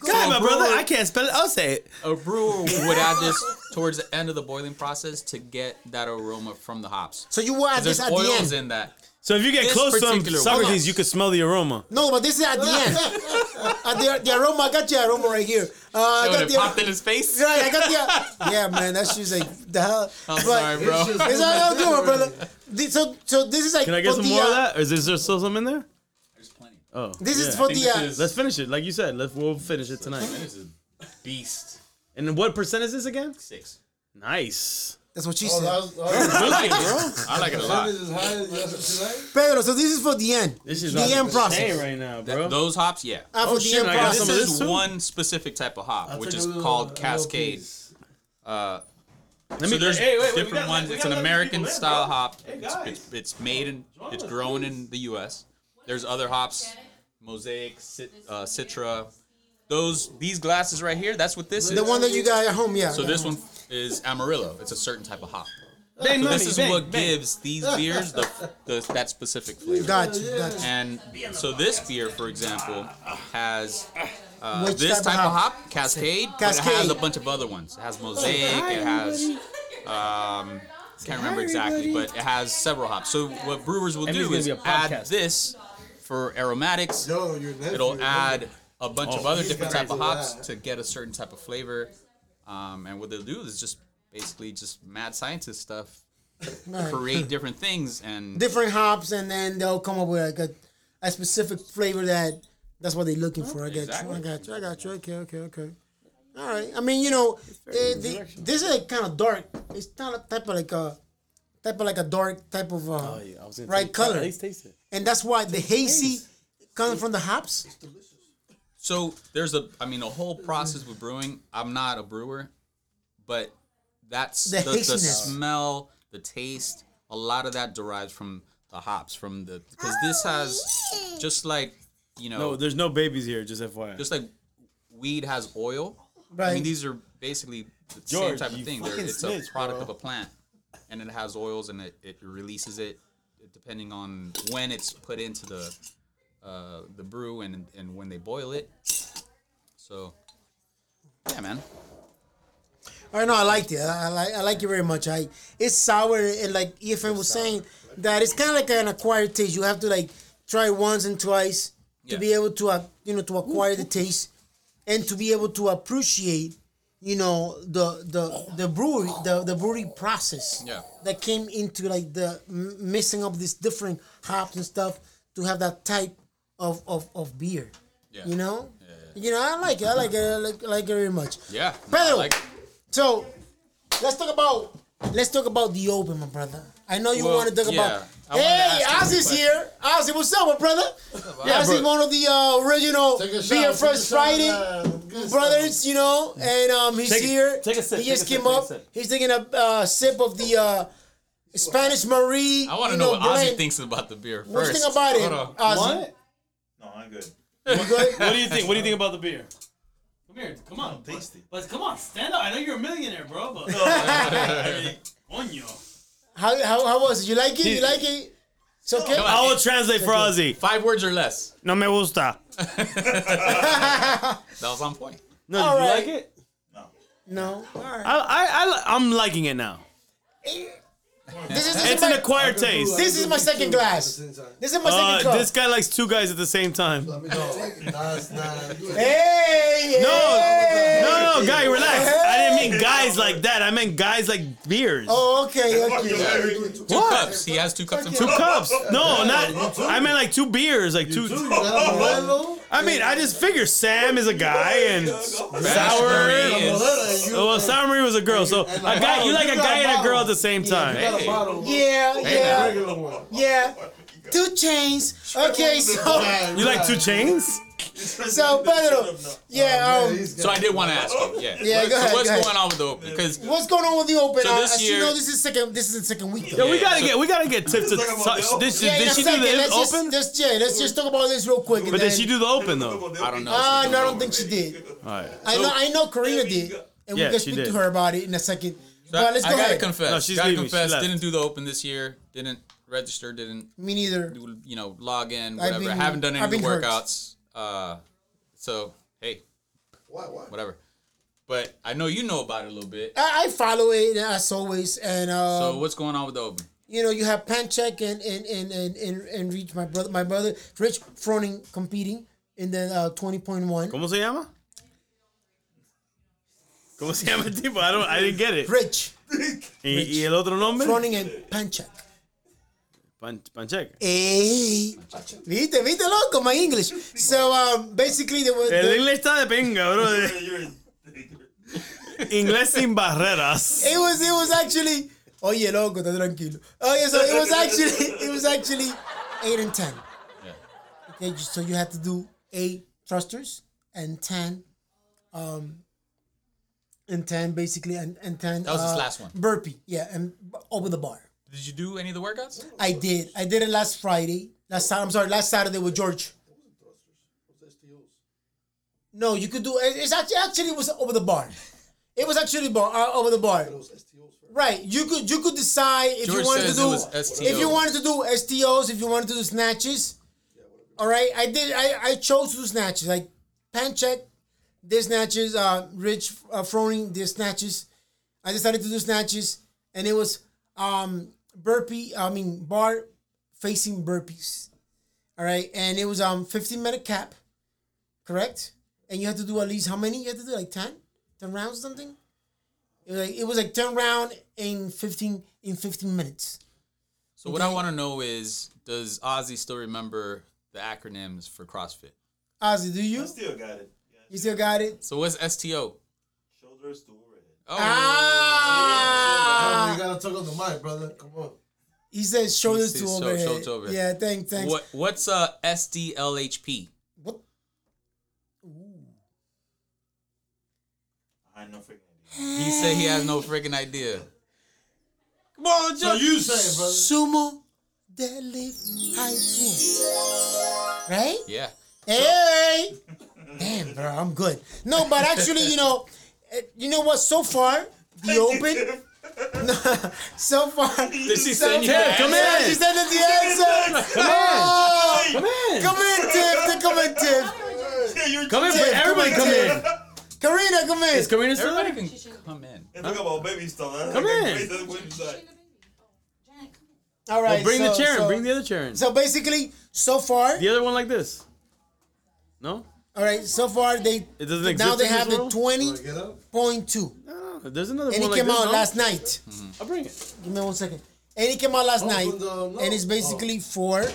God, my bro. brother, I can't spell it. I'll say it. a brewer would add this towards the end of the boiling process to get that aroma from the hops. So you were at There's this at the end. oils in that. So if you get This close to him, particular one. Socrates, you could smell the aroma. No, but this is at the end. at the, the aroma. I got your aroma right here. Uh, I So got Oh, it the popped in his face. Right, I got the. Yeah, man, that shit's like the hell. I'm sorry, bro. It's just- It's all y'all doing, brother. This- So, so this is like. Can I get for some the, more of uh, that? Or is there still some in there? There's plenty. Oh. This yeah. is for think the. Uh, this is- Let's finish it. Like you said, let's, we'll finish it tonight. This is beast And then what percent is this again? six. Nice. that's what she Oh, said. that was, oh, I like it, bro. I like it a lot. as high as yesterday. Pedro, so this is for the end. This is the out of end process. Hey, right now, bro. Those hops, yeah. Ah, for Oh, the shit, end I got process. This some of this is too? one specific type of hop, I which took a is little- a called little Cascade. piece. Let So me. there's hey, wait, wait, we different got- ones. we It's got an other American people in, style bro. hop. Hey, it's, guys. it's, it's made in, Join it's us, grown in the U.S. There's other hops, Mosaic, Cit, uh, Citra. Those these glasses right here. That's what this is. The one that you got at home, yeah. so this one is Amarillo. It's a certain type of hop. Bang, So this mommy, is bang, what bang. gives these beers the, the that specific flavor. Got you, got you. And so this beer, for example, has uh, Which this type of type of hop, Cascade. Cascade. But it has Cascade. a bunch of other ones. It has Mosaic. It has. Um, can't remember exactly, but it has several hops. So what brewers will Emmy's do gonna is be a add podcaster. this for aromatics. Yo, your nephew, It'll add a bunch Oh, of other he's different got type of a hops lot. to get a certain type of flavor. Um, and what they'll do is just basically just mad scientist stuff, Right. create different things, and Different hops, and then they'll come up with like a, a specific flavor that that's what they're looking for. I got Exactly. you. I got you. I got you. Okay, okay, okay. All right. I mean, you know, eh, the, this is like kind of dark. It's not a type of like a type of like a dark type of uh, I was gonna right taste- color. Taste, taste it. and that's why the hazy coming from the hops. So there's a, I mean, a whole process with brewing. I'm not a brewer, but that's The the, the, hastiness. smell, the taste. A lot of that derives from the hops, from the because this has just like you know, No, there's no babies here. Just FYI. just like weed has oil. I Right. mean, these are basically the same George, type of you thing. They're- fucking It's snitch, a product bro. of a plant, and it has oils, and it, it releases it depending on when it's put into the uh, the brew and and when they boil it. So, yeah, man. I know I liked it. I, I like I like it very much. I it's sour and like EFM was saying that it's kind of like an acquired taste. You have to like try once and twice Yeah. to be able to uh, you know to acquire the taste and to be able to appreciate you know the the the brewery the, the brewery process Yeah. that came into like the m- mixing up these different hops and stuff to have that type of of, of beer. Yeah. You know. You know, I like it. I like it. I like, like it very much. Yeah. Pedro, Like, so let's talk about let's talk about the open, my brother. I know you Well, want to talk yeah. I about. wanted to Hey, ask you Ozzy's a here. Ozzy, what's up, my brother? Yeah, Ozzy's bro. one of the uh, original Take a shot. Beer take a First shot, Friday uh, good brothers, you know, and um, he's Take a- here. take a sip, He take a just sip, came take a up. sip. He's taking a uh, sip of the uh, Spanish Marie. I want you to know, what Ozzy blend. thinks about the beer first. What you think about it, Hold on. Ozzy? What? No, I'm good. You good? What do you think? What do you think about the beer? Come here, come on. Taste it. But come on, stand up. I know you're a millionaire, bro, Oh, but coño. how, how, how was it? You like it? You like it? It's okay. Come I on. will Oh, translate for Ozzy. Five words or less. No me gusta. That was on point. No, All did you right. like it? No. All right. I, I, I, I'm liking it now. This is, this is It's an my, acquired taste. this is my second glass. This is my second Uh, cup. this guy likes two guys at the same time. No, Nas, Nas. hey, no, hey. no, guy, relax. I didn't mean guys like that. I meant guys like beers. Oh, okay, okay. Two cups. He has two cups of Two tea. cups. No, not. I meant like two beers, like two. I mean, I just figured Sam is a guy and sour. Raspberry is- Oh, well, Sour Marie was a girl, so a guy. You like a guy and a girl at the same time. Hey. Yeah, Um, yeah, Regular one. yeah. Two chains. Okay, so You like two chains? so Pedro. Oh, Yeah, um, So I did want to ask you. Yeah. Yeah, What- go so ahead, what's go ahead. going on with the open? Because what's going on with the open? So I- this I, you year- know this is second. This is the second week. Though. Yo, we Yeah, gotta so- get we gotta get Tiff to Talking about touch. the open. Did she, Yeah, in did a she do second, the let's just- open? Just, yeah, let's just talk about this real quick. and But did then- she do the open though? I don't know. Ah, no, I don't think she did. All right. I know, I know, Karina did, and Yeah, we can she speak to did. her about it in a second. So but let's I go gotta ahead. confess. No, she's gotta leaving. She confess. left. didn't do the open this year. Didn't register. Didn't Me neither. you know log in? Whatever. been- Haven't done any I've of the been hurt. workouts. Uh, so hey, What, what? whatever. But I know you know about it a little bit. I, I follow it as always, and uh, So what's going on with the open? you know, you have Panchak and and and and and, and Rich, my brother, my brother Rich Froning competing in the uh, twenty point one. ¿Cómo se llama? ¿Cómo se llama el tipo? I don't. I didn't get it. Rich ¿Y, y el otro nombre? Froning and Panchak. Pan, Pancheca. Hey, viste, viste, loco, my English. So um, basically, there was El there- inglés está de pinga, bro. Inglés sin barreras. it was it was actually oh oye loco, está tranquilo. Oye, so it was actually it was actually eight and ten. Yeah. Okay, you- so you had to do eight thrusters and ten, um, and ten basically, and and ten. That was his uh, last one. Burpee, yeah, and b- over the bar. Did you do any of the workouts? I did. I did it last Friday. Last Saturday. I'm sorry. Last Saturday with George. No, you could do. it- It's actually actually it was over the bar. It was actually bar uh, over the bar. Right. You could you could decide if George you wanted to says do it was STOs. if you wanted to do STOs if you wanted to do snatches. All right. I did. I I chose to do snatches like pan check, did snatches. Uh, Rich uh, Froning did snatches. I decided to do snatches, and it was um burpee. I mean bar facing burpees. All right, and it was um 15 minute cap, correct? And you had to do at least how many? You had to do like 10, 10 rounds or something. It was like it was like 10 round in 15 in 15 minutes. So what I want to know is, does Ozzy still remember the acronyms for CrossFit? Ozzy, do you? Still got it. You still got it? So what's STO? Shoulders to overhead. Oh, Ah! you gotta talk on the mic, brother. Come on. He says shoulders He to says sho- overhead. shoulders to overhead. Yeah, thanks, thanks. what what's uh SDLHP? What? I know freaking idea. He said he has no freaking idea. Come on, So you say it, brother. Sumo deadlift high pull. Right? Yeah. Hey! Damn, bro, I'm good. No, but actually, you know, eh, you know what? So far, the open. No, so far. Did she so send you the Come in. She sent us the answer. Come in. Come in. Come in, Tiff. Come in, Tiff. Come in. Tiff, Everybody come in. Karina, come in. Is Karina still Everybody there? can come in. Talk about baby stuff. That's Come like in. Crazy. That's what you say. All right. Well, bring the so- chair in. so- Bring the other chair in. So basically, so far, The other one like this. No? all right, so far they It doesn't exist. now they in this have the world? twenty Wanna get up? point two, No, no, There's another and one it like came this. out no? last night. I'll bring it. Give me one second. And it came out Oh, last night, from the- no. and it's basically four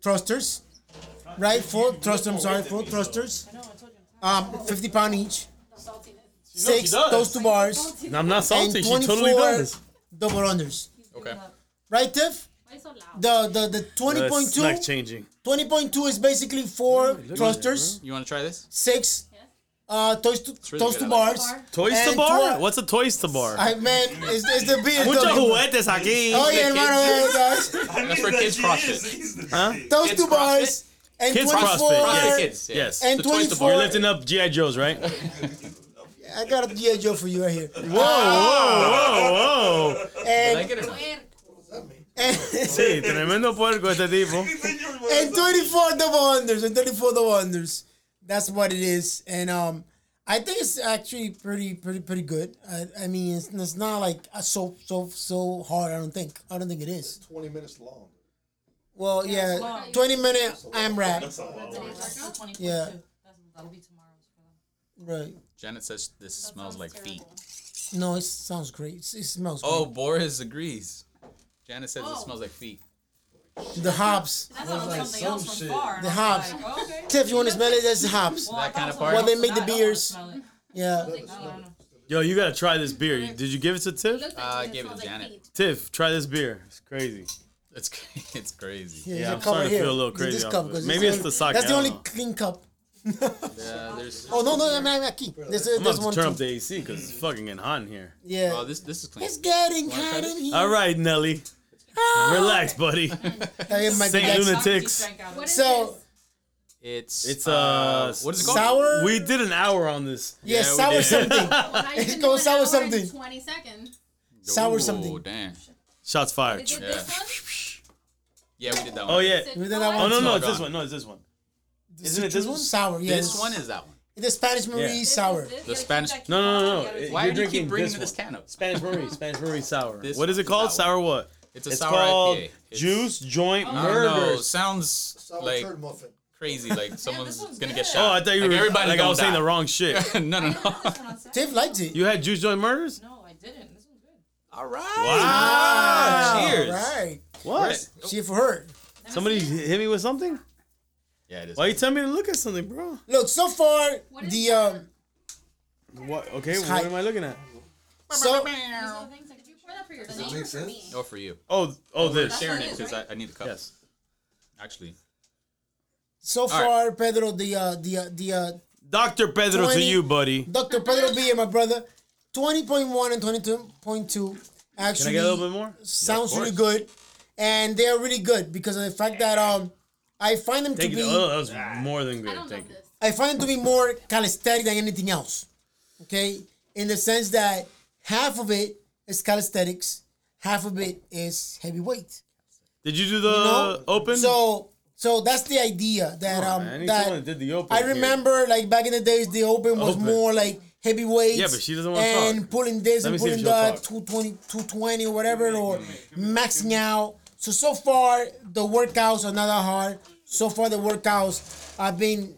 thrusters, right? Four thrusters. I'm sorry, four thrusters. Um, fifty pound each. Six does. those two bars I'm not and salty. She totally twenty-four does. double unders. Okay. Right, Tiff? The the the twenty point That's Like two. changing. Twenty point two is basically four thrusters, You want to try this? six. Uh, toes to really toes good. to I like bars. Toys to And bar? twi- What's a toys to bar? I man, it's, it's the beer. Muchos though. juguetes aquí. Oh yeah, Kids. hermano, yeah, guys. I That's knew for that kids she CrossFit. is. She's the- Huh? Those Kids two bars and Kids twenty four. CrossFit, yeah. Cross the kids. Yeah. Yes. And So toys to 24 bar. You're lifting up GI Joes, right? I got a GI Joe for you right here. Whoa, whoa, whoa, whoa! And Like it or not? and, Sí, tremendo puerco este tipo. and 24 double unders and 34 double unders. That's what it is. And um, I think it's actually pretty, pretty, pretty good. I, I mean, it's, it's not like uh, so, so, so hard. I don't think. I don't think it is. Twenty minutes long. Well, Yeah, yeah, it's long. 20 minute I'm rap. That's a lot. Yeah. Yeah. That'll be tomorrow's for them. Right. Janet says this That smells sounds like feet. terrible. No, it sounds great. It's- It smells Oh, Boris agrees. Janet says it Oh. smells like feet. great. The hops. That sounds like something some else shit. from far. and The I was hops. like, okay. Tiff, you want to smell it? That's the hops. Well, I That kind of thought part? it was Well, they make the something beers. else. I don't wanna smell Yeah. it. I don't know. Yo, you gotta try this beer. Did you give it to Tiff? Uh, I gave it to Janet. Tiff, try this beer. It's crazy. It's cra- it's crazy. Yeah, Yeah, your I'm cup starting to right feel here. a little This- crazy This off cup, of it. 'cause Maybe it's only- the sake, That's the I don't only know. clean cup. Yeah, Uh, there's Oh no, no, I'm not aquí. There's, I'm there's about to one. turn too. up the AC because it's fucking getting hot in here. Yeah. oh this this is clean. it's getting Wanna hot try in here. All right, Nelly. Ah. Relax, budody. Okay, my Saint that's- Lunatic. Lunatics. Lunatics. What is So It's It's, uh, what is it called? sour. We did an hour on this. yeah, Yeah, we sour did. something. It's going sour something. Twenty seconds. sour Ooh, something. Damn. Shots fired. Is it Yeah. this Yeah, we did that one. Oh yeah. one? We did that one. Oh no, no, not it's this gone. one. No, it's this one. This Isn't it this one? Sour. Yeah. This one is that one. the Spanish Marie Yeah. sour. The Spanish- No, no, no, no. You're Why do you drinking keep bringing this this, this one. can up? Spanish Marie, Spanish Marie sour. This what is it is called? that Sour what? It's a it's sour called IPA. It's- Juice Joint Oh. I don't know. Burgers. Sounds Sour like turd muffin. crazy. Like someone's one's gonna good. get Oh, shot. I thought you like, were. everybody like I gonna was saying die. the wrong shit. no, no, no. Tiff liked it. You had Juice Joint Murders? No, I didn't. This one's good. All right. Wow. Ah, Cheers. All right. What? She for her. Somebody hit me with something? Yeah, it is. Why you tell me to look at something, bro? Look, so far What is the that? um. What? Okay, what hot. am I looking at? So Did you pour that for Does it yourself? make sense? No, for you. Oh, oh, this. Sharing it because I, I need a cup. Yes. Actually, so right. far, Pedro, the uh, the uh, the uh, Dr. Pedro to 20. you, buddy. Dr. Pedro B and my brother, twenty point one and twenty two point two. Can Actually, I get a little bit more? sounds Yeah, of really good, and they are really good because of the fact that um, I find them Thank to you. be Oh, that was more than good. I don't know Thank you. this. I find them to be more calisthenic than anything else. Okay, in the sense that half of it is calisthenics, half of it is heavyweight. Did you do the No. Uh, open? So, so that's the idea that Come on, um man. He's the one that that did the open I here. remember like back in the days the open was Open. more like heavyweights. Yeah, but she doesn't wanna and talk. pulling this Let me and see if pulling she'll that talk. 220, 220 or whatever or maxing out. So so far the workouts are not that hard. So far the workouts have been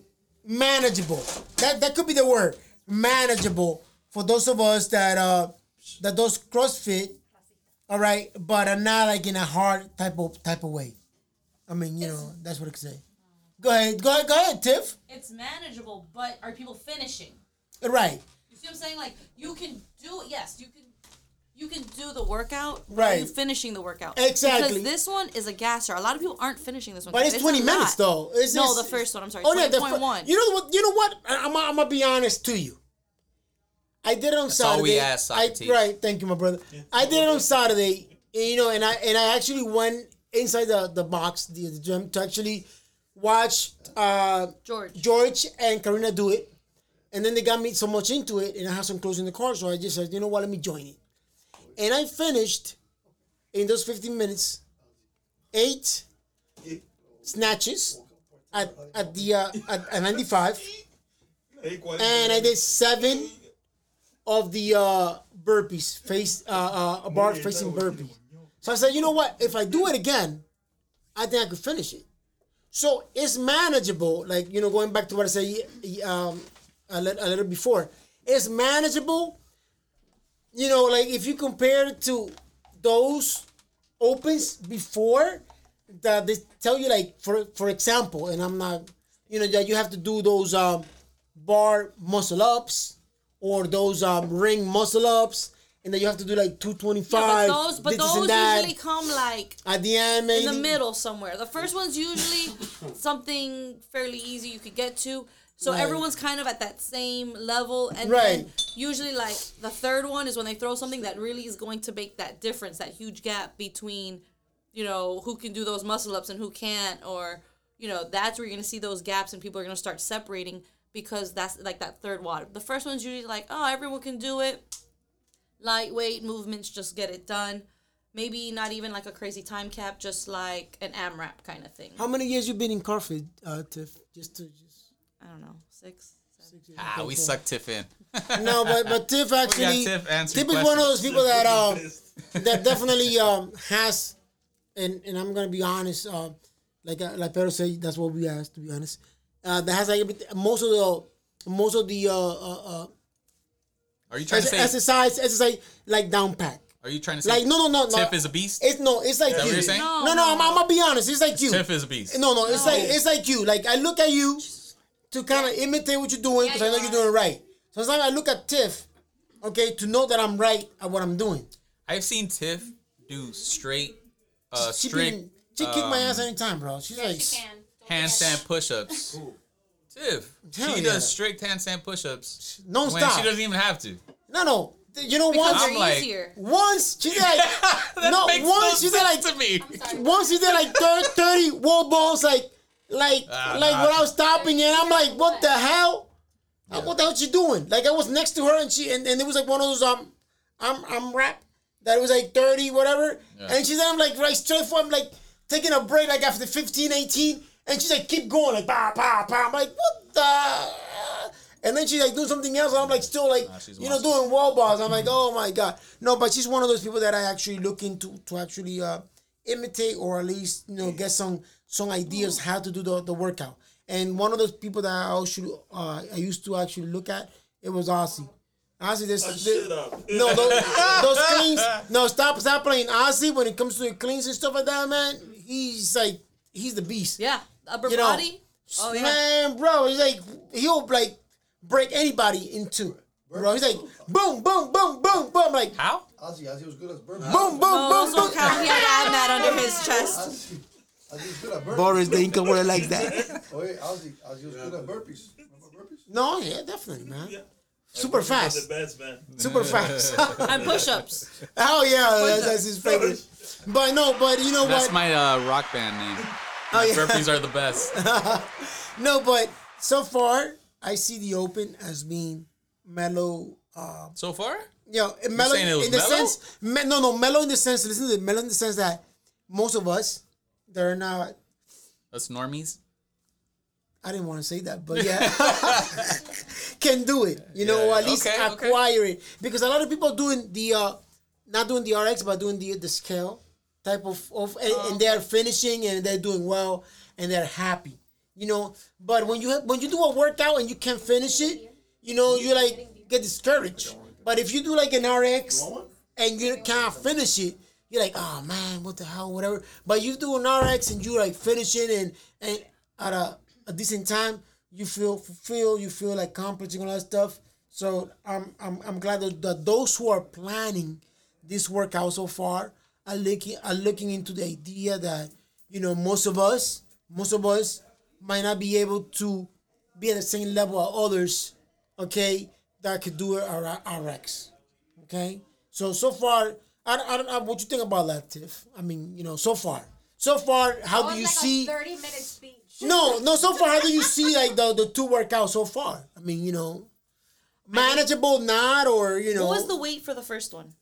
manageable. That that could be the word manageable for those of us that uh that does CrossFit. All right, but are not like in a hard type of type of way. I mean, you know, that's what I could say. Go ahead, go ahead, go ahead, Tiff. It's manageable, but are people finishing? Right, You see what I'm saying? Like you can do yes, you can you can do the workout. but Are you Right. finishing the workout? Exactly. Because this one is a gasser. A lot of people aren't finishing this one. but it's, twenty not. minutes though. It's, No, it's- the first one, I'm sorry, the 20.1. You know what? You know what? I- I'm, I'm gonna be honest to you. I did it on That's Saturday. all we ask, I, Socrates. right, thank you, my brother. I did it on Saturday, and, you know, and I and I actually went inside the the box, the, the gym, to actually watch uh, George. George and Karina do it. And then they got me so much into it, and I had some clothes in the car, so I just said, you know what, let me join it. And I finished in those 15 minutes eight snatches at, at the uh, at, at 95, and I did seven of the uh, burpees, face uh, uh, bar facing burpees. So I said, you know what, if I do it again, I think I could finish it. So it's manageable. Like you know, going back to what I said um, a, lit- a little before, it's manageable. You know, like if you compare it to those opens before, that they tell you like for for example, and I'm not, you know, that you have to do those um, bar muscle ups or those um, ring muscle ups, and then you have to do like two twenty Yeah, five. but those, but those usually come like at the end, in the maybe. middle somewhere. The first one's usually something fairly easy you could get to. So Right. everyone's kind of at that same level, and Right. then usually like the third one is when they throw something that really is going to make that difference, that huge gap between, you know, who can do those muscle ups and who can't, or you know, that's where you're gonna see those gaps and people are gonna start separating because that's like that third one. The first one's usually like, oh, everyone can do it, lightweight movements, just get it done maybe not even like a crazy time cap, just like an AMRAP kind of thing. How many years you been in Carford, uh, Tiff? Just to just. I don't know, six. seven. Ah, we suck Tiff in. No, but but Tiff actually. Tiff answering Tiff is one of those questions. people that um Pissed. that definitely um has, and and I'm gonna be honest. Um, like uh, like Pedro said, that's what we asked to be honest. Uh, that has like everyth- most of the most of the uh uh, uh Are you trying to ex- say? exercise exercise like down pack. are you trying to say? Like no no no no. Tiff is a beast. It's no, it's like Is that you. what you're saying? No, No, no, I'm, I'm gonna be honest. It's like you. Tiff is a beast. No, no, it's like it's like you. Like I look at you to kind of imitate what you're doing because I know you you're doing it right. So sometimes I look at Tiff, okay, to know that I'm right at what I'm doing. I've seen Tiff do straight, uh, she strict been- she kick my ass um, anytime, bro. She's like, She can. Don't forget. handstand push-ups. Tiff, Hell she yeah. does strict handstand push-ups no when stop. she doesn't even have to. no, no. You know, Because once, they're I'm like- easier. once she did like, That no, makes once no she did like, sense to me. Sorry. once she did like thir- 30 wall balls, like, like, Ah, like without stopping, and I'm like, what the hell? Like, what the hell she doing? Like, I was next to her, and she, and, and it was like one of those um, I'm I'm rap that was like 30 whatever, and she's I'm like right straight for I'm like taking a break like after 15, 18, and she's like keep going like pa pa pa. I'm like what the. And then she's like doing something else, and I'm like still like she's you know doing wall balls. I'm like, oh my god, no. But she's one of those people that I actually look into to actually uh, imitate or at least you know get some some ideas how to do the, the workout. And one of those people that I actually uh, I used to actually look at it was Aussie. Honestly, Ah, this, Shut up. no those, those cleans. No, stop, stop playing. Honestly, when it comes to the cleans and stuff like that, man, he's like he's the beast. Yeah, upper You know, body. oh yeah. man, bro, he's like he'll like break anybody in two. Bro, he's like boom, boom, boom, boom, boom, like How? Ozzy, Ozzy was good as Burma. boom, boom, No, boom, those don't boom. count. He had an ad mat under his chest. Ozzy, Ozzy was good at burpees. Boris the Inca would like that. Oh, yeah, Ozzy, Ozzy was good at burpees. Remember burpees? No, yeah, definitely, man. Yeah. Super The fast, best man. super fast. And push-ups. oh yeah, that's, that's his favorite. But no, but you know That's what? my uh, rock band name. oh, yeah. Burpees are the best. No, but so far I see the open as being mellow. Uh, So far, you know, mellow saying it was in the mellow? sense. Me, no, no, mellow in the sense. Listen to the mellow in the sense that most of us, they're not. us normies. I didn't want to say that, but yeah, can do it. You know, Yeah, at least okay, okay. acquire it because a lot of people doing the, uh, not doing the RX, but doing the the scale type of of, and, and they're finishing and they're doing well and they're happy. You know, but when you have, when you do a workout and you can't finish it, you know, you like get discouraged. But if you do like an RX and you can't finish it, you're like, oh man, what the hell, whatever. But you do an RX and you like finish it and and at a, a decent time, you feel fulfilled, you feel like accomplishing all that stuff. So I'm I'm, I'm glad that, that those who are planning this workout so far are looking are looking into the idea that you know most of us most of us might not be able to be at the same level as others, okay, that could do our RX. Okay, so so far, I, don't- I don't know what you think about that, Tiff. I mean, you know, so far, so far, how That Oh, do was you like see? A Thirty-minute speech. No, no, so far, how do you see like the the two workouts so far? I mean, you know, manageable, not or you know, What was the weight for the first one?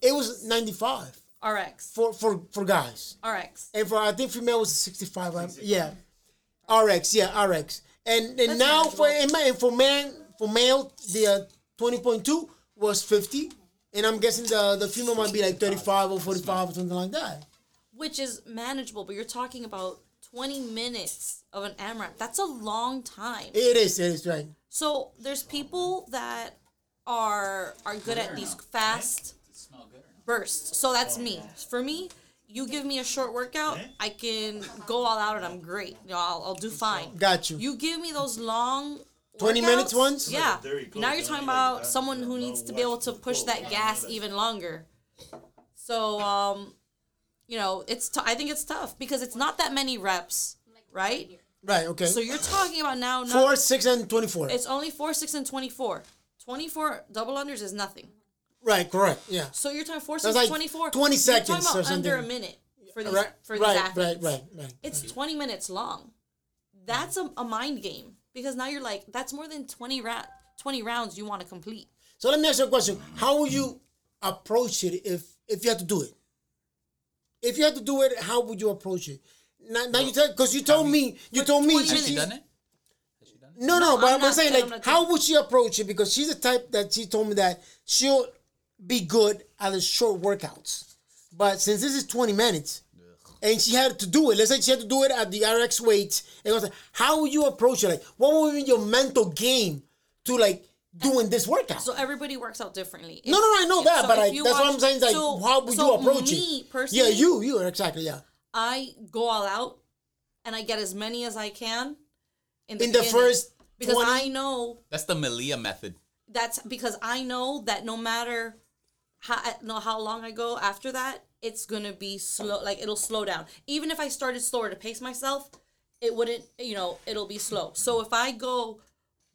it was ninety five RX. for for for guys, RX. and for I think female was sixty five. Yeah, RX, yeah, RX, and and now for and ma- and for man for male the uh, twenty point two was fifty, and I'm guessing the the female might be like thirty five or forty five or something like that. Which is manageable, but you're talking about 20 minutes of an AMRAP. That's a long time. It is, it is right. So there's people that are are good at these fast bursts. So that's me. For me, you give me a short workout, I can go all out and I'm great. You know, I'll, I'll do fine. Got you. You give me those long 20 minutes workouts, ones? Yeah. Very close, Now you're don't talking you like about that? someone who No needs to be able watch to the push goal. that gas even longer. So um, you know, it's t- I think it's tough because it's not that many reps, right? right, okay. So you're talking about now not Four, six, and twenty-four. it's only four, six, and twenty-four. Twenty-four double unders is nothing. right, correct. Yeah. So you're talking four, That's six, like twenty-four. 20 You're talking seconds about or something. Under a minute for these Right, for these right, athletes. right, right, right. It's twenty minutes long. That's a, a mind game because now you're like that's more than twenty ra- twenty rounds you want to complete. So let me ask you a question. How would you approach it if if you had to do it? If you had to do it, how would you approach it? Now, now you tell because you told me you told me Has Has she- she done it? No, no, but I'm I'm, not- saying I'm like, not how doing- would she approach it? Because she's the type that she told me that she'll be good at the short workouts, but since this is 20 minutes, and she had to do it. Let's say she had to do it at the RX weight, and I was like, how would you approach it? Like, what would be your mental game to like doing this workout? So everybody works out differently. no, no, no, I know If- that, so but if I, you that's what watch- I'm saying. Like, so- how would so you approach me it? personally- yeah, you, you, exactly, yeah. I go all out and I get as many as I can In the beginning. first because 20 I know That's the Malia method. that's because I know that no matter how I know how long I go after that, it's gonna be slow. Like it'll slow down. Even if I started slower to pace myself, it wouldn't. You know, it'll be slow. So if I go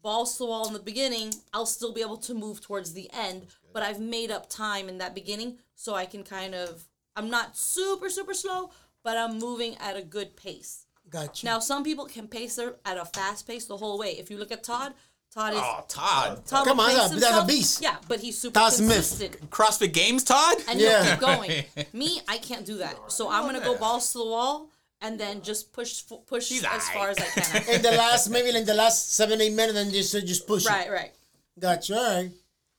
balls to the wall in the beginning, I'll still be able to move towards the end. But I've made up time in that beginning, so I can kind of. I'm not super super slow, but I'm moving at a good pace. Gotcha. Now some people can pace their at a fast pace the whole way. If you look at Todd, Todd is Oh, Todd. Todd Come will on, pace that's a- that's a himself. beast. Yeah, but he's super Todd Smith. consistent. CrossFit Games, Todd? And Yeah. he'll keep going. Me, I can't do that. So I'm gonna go balls to the wall and then just push f- push He's as far as I in can. the last maybe in the last seven eight minutes, and just just push it. right, right. Gotcha. All right.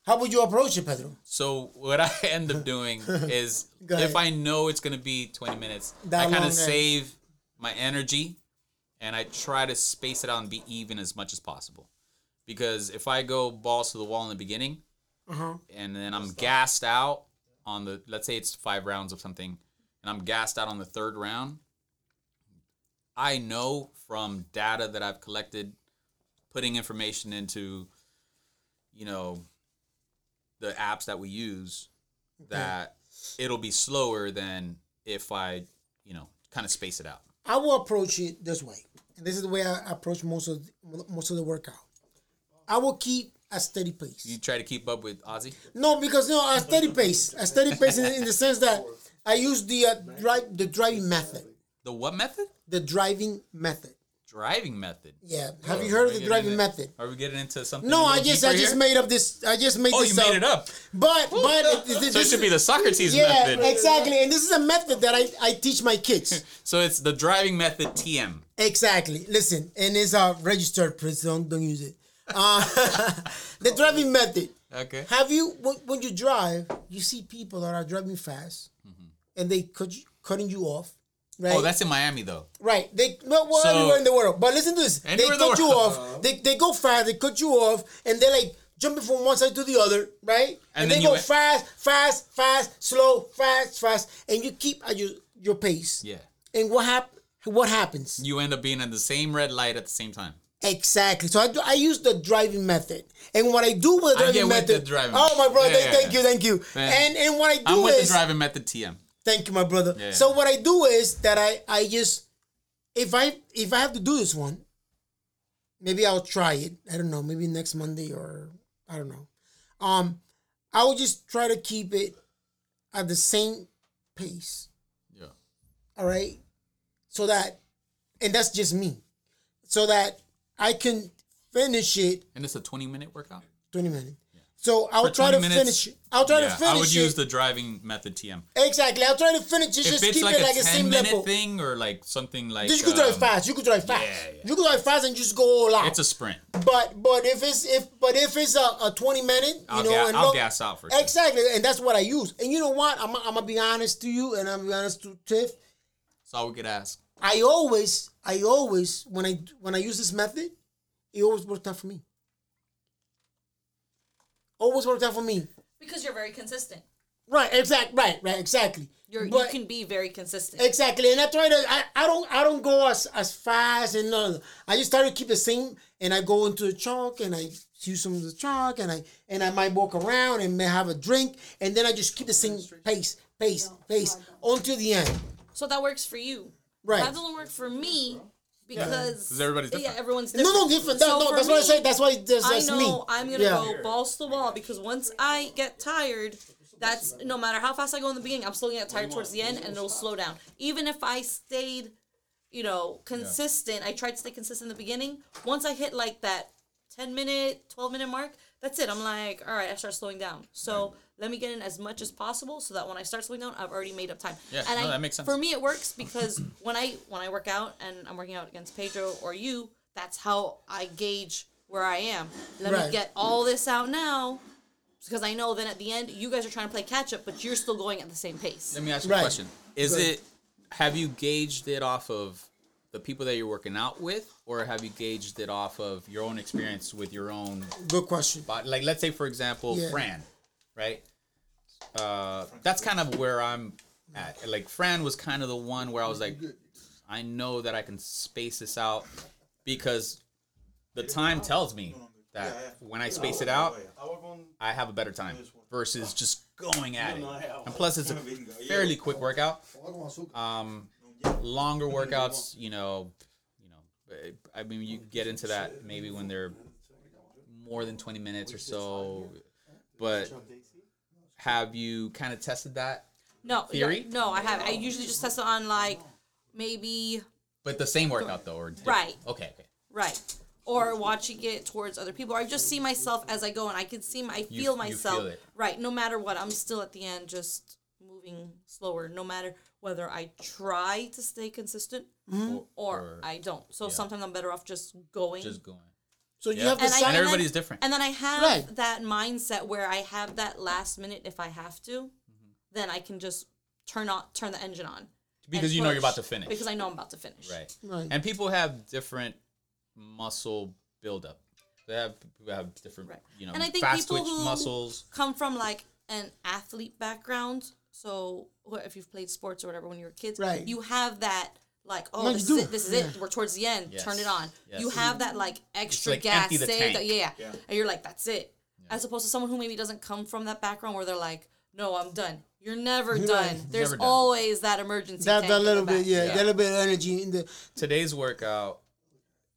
How would you approach it, Pedro? So what I end up doing is Go ahead. if I know it's gonna be 20 minutes, That I kind long of day. save my energy and I try to space it out and be even as much as possible. Because if I go balls to the wall in the beginning and then I'm gassed out on the let's say it's five rounds of something and I'm gassed out on the third round, I know from data that I've collected, putting information into, you know, the apps that we use, that it'll be slower than if I, you know, kind of space it out. I will approach it this way, and this is the way I approach most of most of the workout. I will keep a steady pace. You try to keep up with Ozzy. No, because no, a steady pace, a steady pace in, in the sense that I use the uh, drive the driving method, The what method? the driving method. Driving method. Yeah. Have you heard of the driving method? Are we getting into something? a No, I little just deeper I just here? made up this. I just made Oh, this you made it up. But but it- it- So it this- should be the Socrates yeah method. exactly, and this is a method that I I teach my kids. So it's the driving method TM. Exactly. Listen, and it's a registered press. Don't, don't use it. Uh, the driving method. Okay. Have you when, when you drive, you see people that are driving fast, and they cut you, cutting you off, right? Mm-hmm. Oh, that's in Miami though. right. They well, well So- anywhere in the world. But listen to this: they Anywhere in the cut you world. off. They, they go fast. They cut you off, and they're like jumping from one side to the other, right? And, then they you go went- fast, fast, fast, slow, fast, fast, and you keep at your your pace. Yeah. And what hap- What happens? You end up being in the same red light at the same time. Exactly. So I, do, I use the driving method, and what I do with the I driving get with method. the driving. Oh my brother! Yeah. Thank you, thank you. Yeah. And and what I do I'm with is the driving method TM. thank you, my brother. Yeah. So what I do is that I I just if I if I have to do this one, maybe I'll try it. I don't know. Maybe next Monday or I don't know. Um, I will just try to keep it at the same pace. Yeah. All right. So that, and that's just me. So that I can finish it And it's a 20 minute workout. 20 minutes. So I'll try to 20 minutes, finish it. I'll try to Yeah, finish I would use it. the driving method TM. exactly. I'll try to finish it. If Just it's keep like it a like the 10 same minute level. thing or like something like. you could drive um, fast. You could drive fast. yeah, yeah. You could drive fast and just go all out. It's a sprint. but but if it's if but if it's a, a twenty minute, you I'll, know, ga- and I'll long- gas out for sure. exactly, and that's what I use. And you know what? I'm I'm gonna be honest to you, and I'm gonna be honest to Tiff. That's all we could ask. I always, I always, when I when I use this method, it always worked out for me. Always worked out for me. Because you're very consistent. Right, exact, right, right, exactly. You're, you But- can be very consistent. exactly, and I try to. I, I don't I don't go as as fast and none of that. I just try to keep the same, and I go into the chalk and I use some of the chalk, and I and I might walk around and may have a drink, and then I just keep the same pace, pace, pace until the end. so that works for you. Right. That doesn't work for me because Because everybody's different. Yeah, everyone's No, no, different. different. That, So no, for that's what I me, say. That's why that's, I that's know me. I'm gonna Yeah. go balls to the wall because once I get tired, that's no matter how fast I go in the beginning, I'm still gonna get tired towards the end, and it'll slow down. Even if I stayed, you know, consistent, I tried to stay consistent in the beginning. Once I hit like that 10 minute, 12 minute mark, That's it. I'm like, all right, I start slowing down. So let me get in as much as possible so that when I start slowing down, I've already made up time. Yeah, and no, I, that makes sense. For me, it works because when I when I work out and I'm working out against Pedro or you, that's how I gauge where I am. Let Right. me get all this out now because I know then at the end you guys are trying to play catch up, but you're still going at the same pace. Let me ask you Right. a question. Is Right. it have you gauged it off of the people that you're working out with, or have you gauged it off of your own experience with your own Good question. body? Like, let's say for example, Yeah. Fran, right? Uh, that's kind of where I'm at. Like, Fran was kind of the one where I was like, I know that I can space this out because the time tells me that when I space it out, I work on I have a better time versus just going at it. And plus, it's a bingo. Yeah. fairly quick workout. Um, longer workouts, you know, you know, eh, I mean, you get into that maybe when they're more than twenty minutes or so. But have you kind of tested that? No, Theory? No, no, I have. I usually just test it on like maybe But the same workout though, or different? Right. Okay, okay. right or watching it towards other people. Or I just see myself as I go, and I can see. my- I You- feel you myself. feel it. Right. No matter what, I'm still at the end, just moving slower. No matter whether I try to stay consistent Or, Mm-hmm. or, or I don't. So sometimes I'm better off just going. just going. So you Yeah. have to and, I, And decide. everybody's then, different. And then I have Right. that mindset where I have that last minute if I have to, Mm-hmm. then I can just turn on turn the engine on. Because and you know you're about push, to finish. Because I know I'm about to finish. Right. Right. And people have different muscle buildup. They have people have different, Right. you know, And I think fast people twitch who- muscles. Come from like an athlete background, so wh- if you've played sports or whatever when you were kids, Right. you have that like, oh, No, you this is do. it, this is it. We're towards the end. Yes. Turn it on. Yes. You have that like extra like gas empty the saved. tank. Yeah, yeah. And you're like, that's it. As opposed to someone who maybe doesn't come from that background where they're like, no, I'm done. You're never done. There's Never done. always that emergency. That, tank that in the little back. bit, yeah, Yeah. that little bit of energy in the. Today's workout,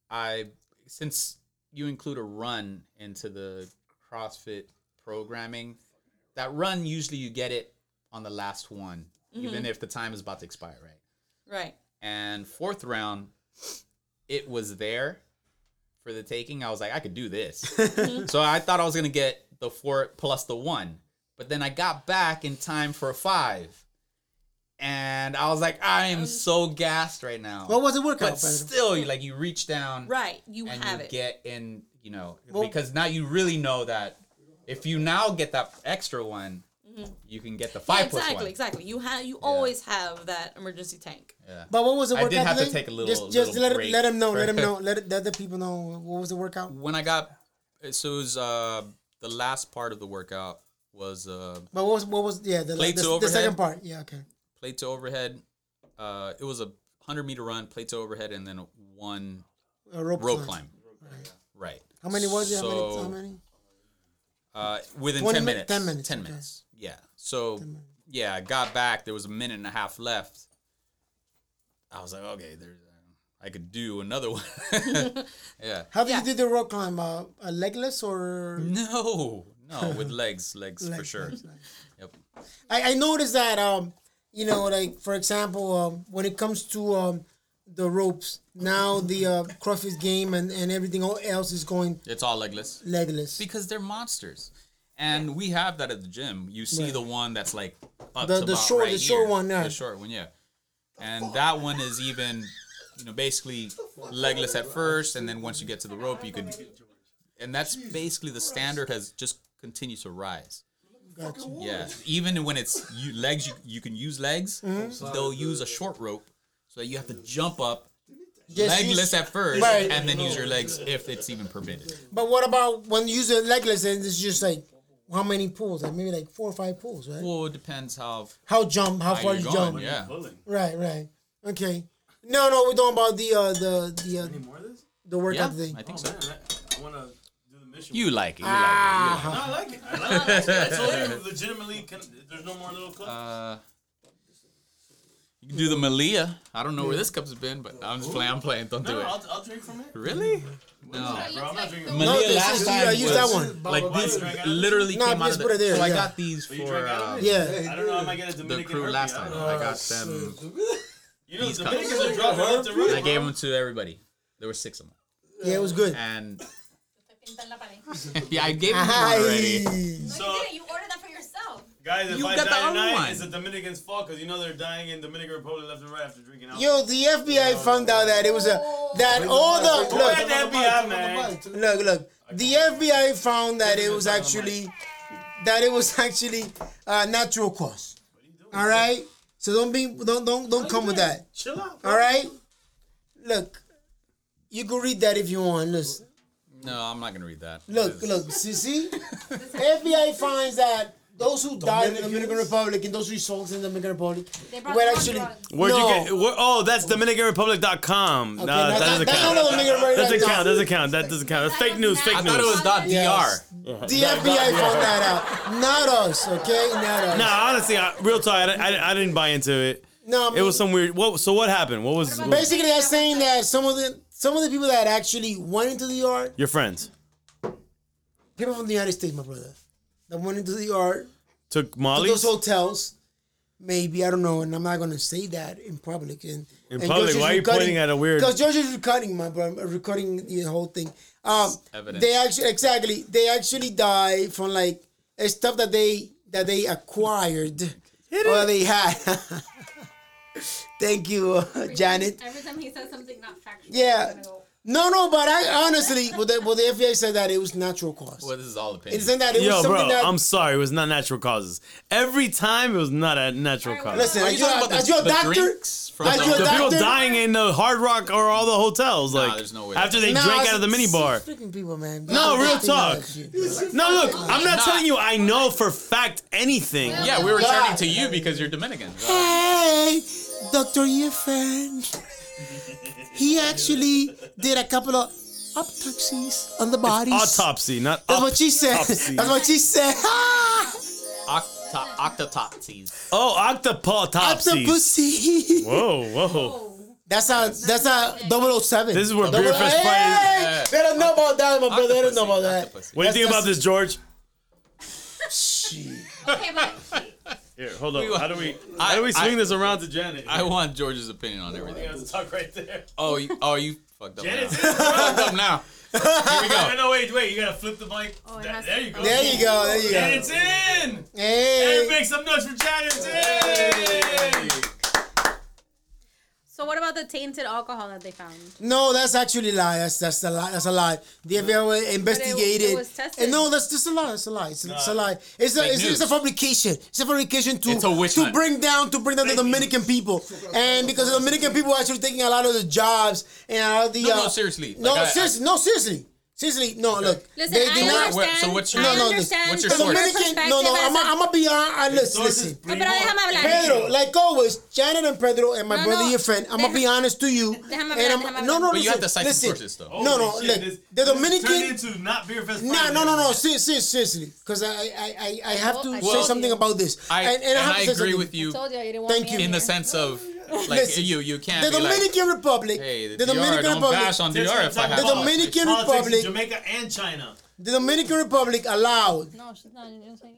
I since you include a run into the CrossFit programming, that run usually you get it on the last one, even if the time is about to expire, right? Right. and fourth round, it was there for the taking. I was like, I could do this. so I thought I was gonna get the four plus the one, but then I got back in time for a five, and I was like, I am so gassed right now. What was the workout? but by the way? still, you like you reach down, Right. You and have you it. get in, you know, because now you really know that if you now get that extra one, you can get the Mm-hmm. Yeah, five plus exactly, one. exactly. You have you always have that emergency tank. But what was the I workout? did have to today? take a little- Just, just little let, break him, let him know. Let him for- know. Let, it- let the people know what was the workout. when I got so it was uh the last part of the workout was uh But what was what was yeah the Plate the, to the second overhead? part? Yeah, okay. plate to overhead. Uh it was a hundred meter run, plate to overhead, and then one A rope, rope climb. Right. How many was it? How many? So- How many? Uh within 20 ten min- minutes. 10 minutes, Ten okay. minutes. Yeah. So yeah, I got back. There was a minute and a half left. I was like, okay, there's I could do another one. yeah. How did you do the rope climb? Uh, a legless or? No, no, with legs, legs, for Legs, sure. legs, legs. Yep. I, I noticed that um you know like for example um, when it comes to um the ropes now the uh, CrossFit game and and everything else is going It's all legless. legless. because they're monsters. And we have that at the gym. You see the one that's like up The- to the about short- right the short here. one, yeah. The short one, yeah. And that one is even, you know, basically legless at first, and then once you get to the rope, you can. And that's basically the standard has just continued to rise. Gotcha. Yeah, even when it's you legs, you, you can use legs. Mm-hmm. They'll use a short rope, so you have to jump up Just use- legless at first, Right. and then use your legs if it's even permitted. But what about when you use a legless and it's just like how many pulls? Like maybe like four or five pulls, right? Well, it depends how How jump? How high far you're you jump? going. Yeah. Right, right. Okay. No, no, we're talking about the uh the the uh, more of this? the workout Yeah, thing. I think Oh, so. man, I, I want to do the mission. You like it. You No, I like it. I like it. I told you, legitimately, can, there's no more little clips. like it. Uh, you can do the Malia. I don't know where this cup's been, but I'm just playing. I'm playing. Don't no, do it. I'll, I'll drink from it. Really? No. Bro, I'm not drinking. Malia No, this last is- time I used was- that one. Like Why these you drank out of it? literally No, came out just of put it the. there, So I yeah. got these you drank for out of um, it? Yeah. I don't know. I might get a the Dominican crew herpes, last I don't time. know. I got them. You know, These Dominicans cups. are drunk. I gave them to everybody. There were six of them, Yeah, it was good. and pintar la pared. yeah, I gave you one already. No, you didn't. You ordered that for yourself. Guys, if You I got the die other tonight, one. it's the Dominican's fault because you know they're dying in Dominican Republic left and right after drinking alcohol. Yo, the FBI found out that it was a that all the Where look the FBI, man? look look the FBI found that it was actually that it was actually uh, natural cause. All right, so don't be don't don't don't come with that. Chill out. All right, look, you can read that if you want. Listen. No, I'm not gonna read that. Look, Because- look, see, see? FBI finds that those who died in the Dominican Republic and those who resulted in the Dominican Republic They brought were their own actually. drugs. Where'd no. you get? Where, oh, that's DominicanRepublic.com. Okay, no, that- that, doesn't that's count. not the Dominican Republic Doesn't dot com. count. Doesn't count. That doesn't count. That's fake news. I Fake I thought it news. was dot Yes. dr. The FBI found that out. Not us, okay? Not us. Nah, honestly, I, real talk, I, di- I, di- I didn't buy into it. No, I It was mean, some weird. What? So what happened? What was Basically, they're saying that some of the some of the people that actually went into the yard, your friends people from the United States, my brother, that went into the yard, took to Molly? those hotels, maybe I don't know, and I'm not gonna say that in public. And, In and public? Why are you pointing at a weird- Because George is recording, my brother, recording the whole thing. Um, evidence. they actually exactly they actually die from like uh, stuff that they that they acquired or that they had. Thank you, uh, Janet. Every time he says something not factual. Yeah. I'm gonna go, No, no, but I honestly, well, the, well, the FBI said that it was natural cause. Well, this is all opinion. It's in that it was Yo, something bro, that I'm sorry. It was not natural causes. Every time it was not a natural Alright, cause. listen. well, Are As you you talking are about the- as you're a the doctor, drinks from as the- you're a The the people doctor, dying in the Hard Rock or all the hotels, like there's no way. after they Nah, drank it's- out of the mini it's bar. Freaking people, man. No, real Think about talk. that shit. No, look, I'm not telling you. I know for fact anything. yeah, we were God. turning to you because you're Dominican. Hey, Doctor Yefan. He actually did a couple of autopsies on the bodies. Autopsy, not That's op- what she said. autopsy. That's what she said. Ah, Octa- octatopsies. Oh, octopotopsy. Octopussy. Whoa, whoa. That's a that's a 007. This is where Double- beer fest Hey, fight. is. They don't know about that, my brother. They don't know about Octopussy, that. octopussy. What do you think about That's- this, George? Shit. Okay, but Here, hold on. We- How do we I- how do we swing I- this around to Janet? I want George's opinion on everything. That's a talk right there. Oh, you, oh, you fucked up. Janet's Now. fucked up now. Here we No, go. Oh, no, wait, wait. You gotta flip the mic. Oh, it Th- has- there you go. There you go. There you go. Janet's in. Hey, Hey. make some noise for Janet's in. so what about the tainted alcohol that they found? No, that's actually a lie. That's that's a lie. That's a lie. The FBI investigated. it was tested. and no, that's just a lie. That's a lie. It's, it's a lie. It's a Fake it's, it's a news. fabrication. It's a fabrication to It's a witch to hunt. bring down to bring down the Dominican people. And because the Dominican people are actually taking a lot of the jobs and a lot of the No, no, uh, seriously. No, Like, I- seriously. no, seriously. Seriously. No, look. Listen, they I do not. understand. Wait, so what's your- I No, no, understand what's your The from source? Dominican. No, no. I'm perspective as a- gonna be. I listen. Sources listen. No, pero déjame hablar. Pedro, like always, Janet and Pedro and my No, brother, no. your friend. I'm gonna be Deja- honest to you. Déjame hablar, and déjame I'm, hablar. no, no, But you listen, have to cite the listen. sources, though. No, no, Holy shit, look, this- the this turned Dominican. into not beer fest. No, party. no, no, no. ser- ser- Seriously, because I, I, I, I have to say Well, something about this. I, and, have I, to say agree something. with you Told you I didn't want Thank me you. in the here. sense of like Listen, you you can't The be like Dominican Republic. hey the, The DR, Dominican don't Republic. bash on This DR if I time have The to. Dominican Politics in Republic. Jamaica and China. The Dominican Republic allowed No, she's not. you know what I'm saying?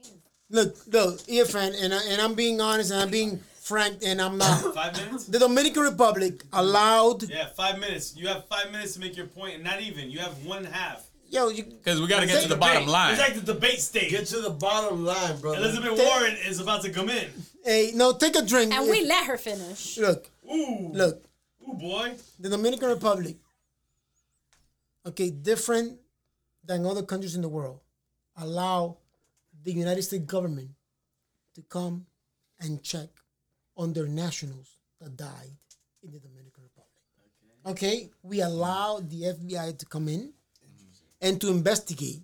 Look, look, ear friend, and I, and I'm being honest and I'm being frank and I'm not. Five minutes. the Dominican Republic allowed. Yeah, five minutes. You have five minutes to make your point, and not even. You have one half. Yo, you, because we got to get to the bottom Debate. line. It's like the debate stage. Get to the bottom line, brother. Elizabeth They- Warren is about to come in. hey, no, take a drink. And we let her finish. look, Ooh, look, ooh, boy. the Dominican Republic. Okay, different than other countries in the world, allow the United States government to come and check on their nationals that died in the Dominican Republic. Okay, we allow the FBI to come in and to investigate.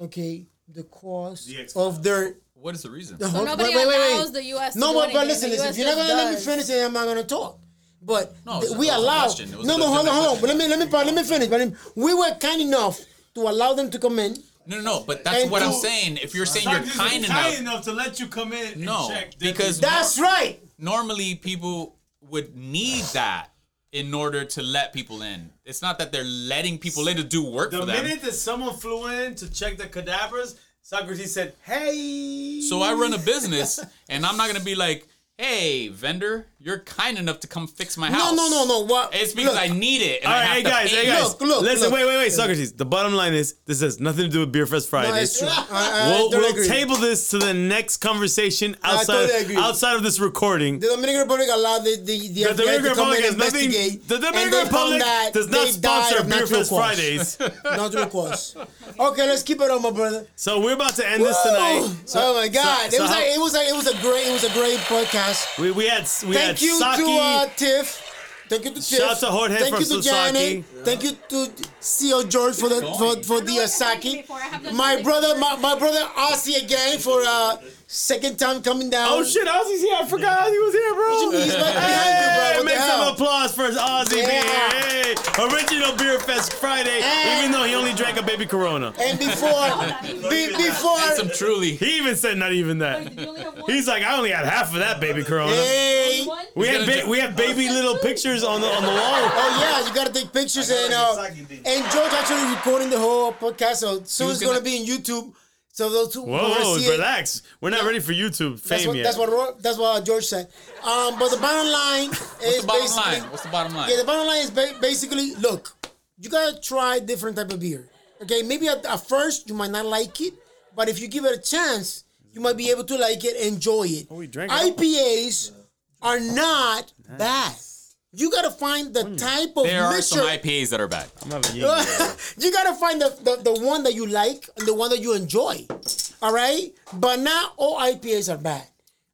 Okay, the cause The ex- of their. What is the reason? the So whole- nobody wait, wait, wait. allows the U.S. to No, do but, but anything. listen, The listen. If US you're not just gonna let me does. finish, then I'm not gonna talk. But No, th- it's a- we it was a allow. question. It was No, a no, hold on, hold on. legitimate Let me, let me, let me finish. But let me- we were kind enough to allow them to come in. No, no, no. But that's And what I'm do- saying. If you're saying you're Doctors are kind kind enough, to let you come in. and No, check their- because That's right. normally people would need that in order to let people in. It's not that they're letting people in to do work the for them. minute that someone flew in to check the cadavers, Socrates said, "Hey." So I run a business, and I'm not gonna be like, hey, vendor, you're kind enough to come fix my No, house. no, no, no, What? It's because I need it. And I All right, have hey to guys, pay hey you. guys. Listen, wait, wait, wait, Socrates. The bottom line is this has nothing to do with Beer Fest Friday. it's true. I- I- I we'll totally we'll agree. table this to the next conversation I outside totally agree. outside of this recording. The Dominican Republic allowed the the, the, FBI to Dominican come Republic and has nothing- investigate. the and Dominican they found Republic that does not they died sponsor of Beer natural Fest cause. Fridays. natural cause. Okay, let's keep it on, my brother. So we're about to end this tonight. So- oh my God! so- it was so like it was like it was a great it was a great podcast. how- we, we had we Thank had you Saki. to uh, Tiff. Thank you to Tiff. Shout out to Jorge Thank from you to Sasaki. Janet. Thank you to CEO George for the for, for the uh, Saki. done My nothing. brother, my, my brother Aussie again for uh second time coming down. Oh shit, Ozzy's here. I forgot Ozzy was here, bro. What you mean? He's right behind you, bro. Hey, What the make hell? some applause for Ozzy Yeah. being here. Hey, original Beer Fest Friday, Hey. even though he only drank a baby Corona. And before, be, before, Some truly. He even said not even that. He's like, I only had half of that baby Corona. hey, We He's had gonna ba- dr- we had baby little pictures on the on the wall. oh yeah, you gotta take pictures and uh, Saki did. and George actually recording the whole podcast, so soon He it's was gonna, gonna- be in YouTube. So those two, Whoa, whoever whoa, see it- relax. We're not ready for YouTube That's fame what, yet. that's what Ro- that's what George said. Um, but the bottom line What's is the bottom basically line? What's the bottom line? yeah. The bottom line is ba- basically look, you gotta try different type of beer. Okay, maybe at, at first you might not like it, but if you give it a chance, you might be able to like it, enjoy it. we drank it. IPAs are not bad. You gotta find the type of Mm. There are some mixture. IPAs that are bad. I'm having a yeet. you gotta find the, the, the one that you like and the one that you enjoy. All right, but not all IPAs are bad.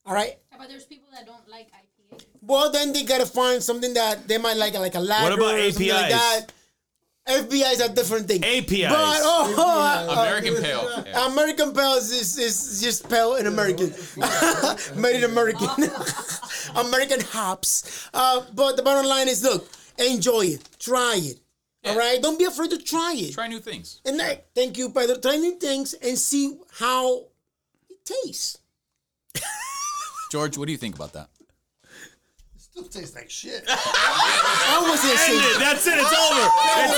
All right, But there's people that don't like IPA. well, then they gotta find something that they might like, like a ladder. What about or something Like APIs? that. FBI's a different thing. APIs. But oh, uh, American Pale. Yeah. American Pale is, is, is just pale in American, made in American, American hops. Uh, but the bottom line is, look, enjoy it, try it. All right, don't be afraid to try it. Try new things. And like, thank you, Pedro. Try new things and see how it tastes. George, what do you think about that? Still tastes like shit. I was End insane. Oh, it. That's it. It's over. It's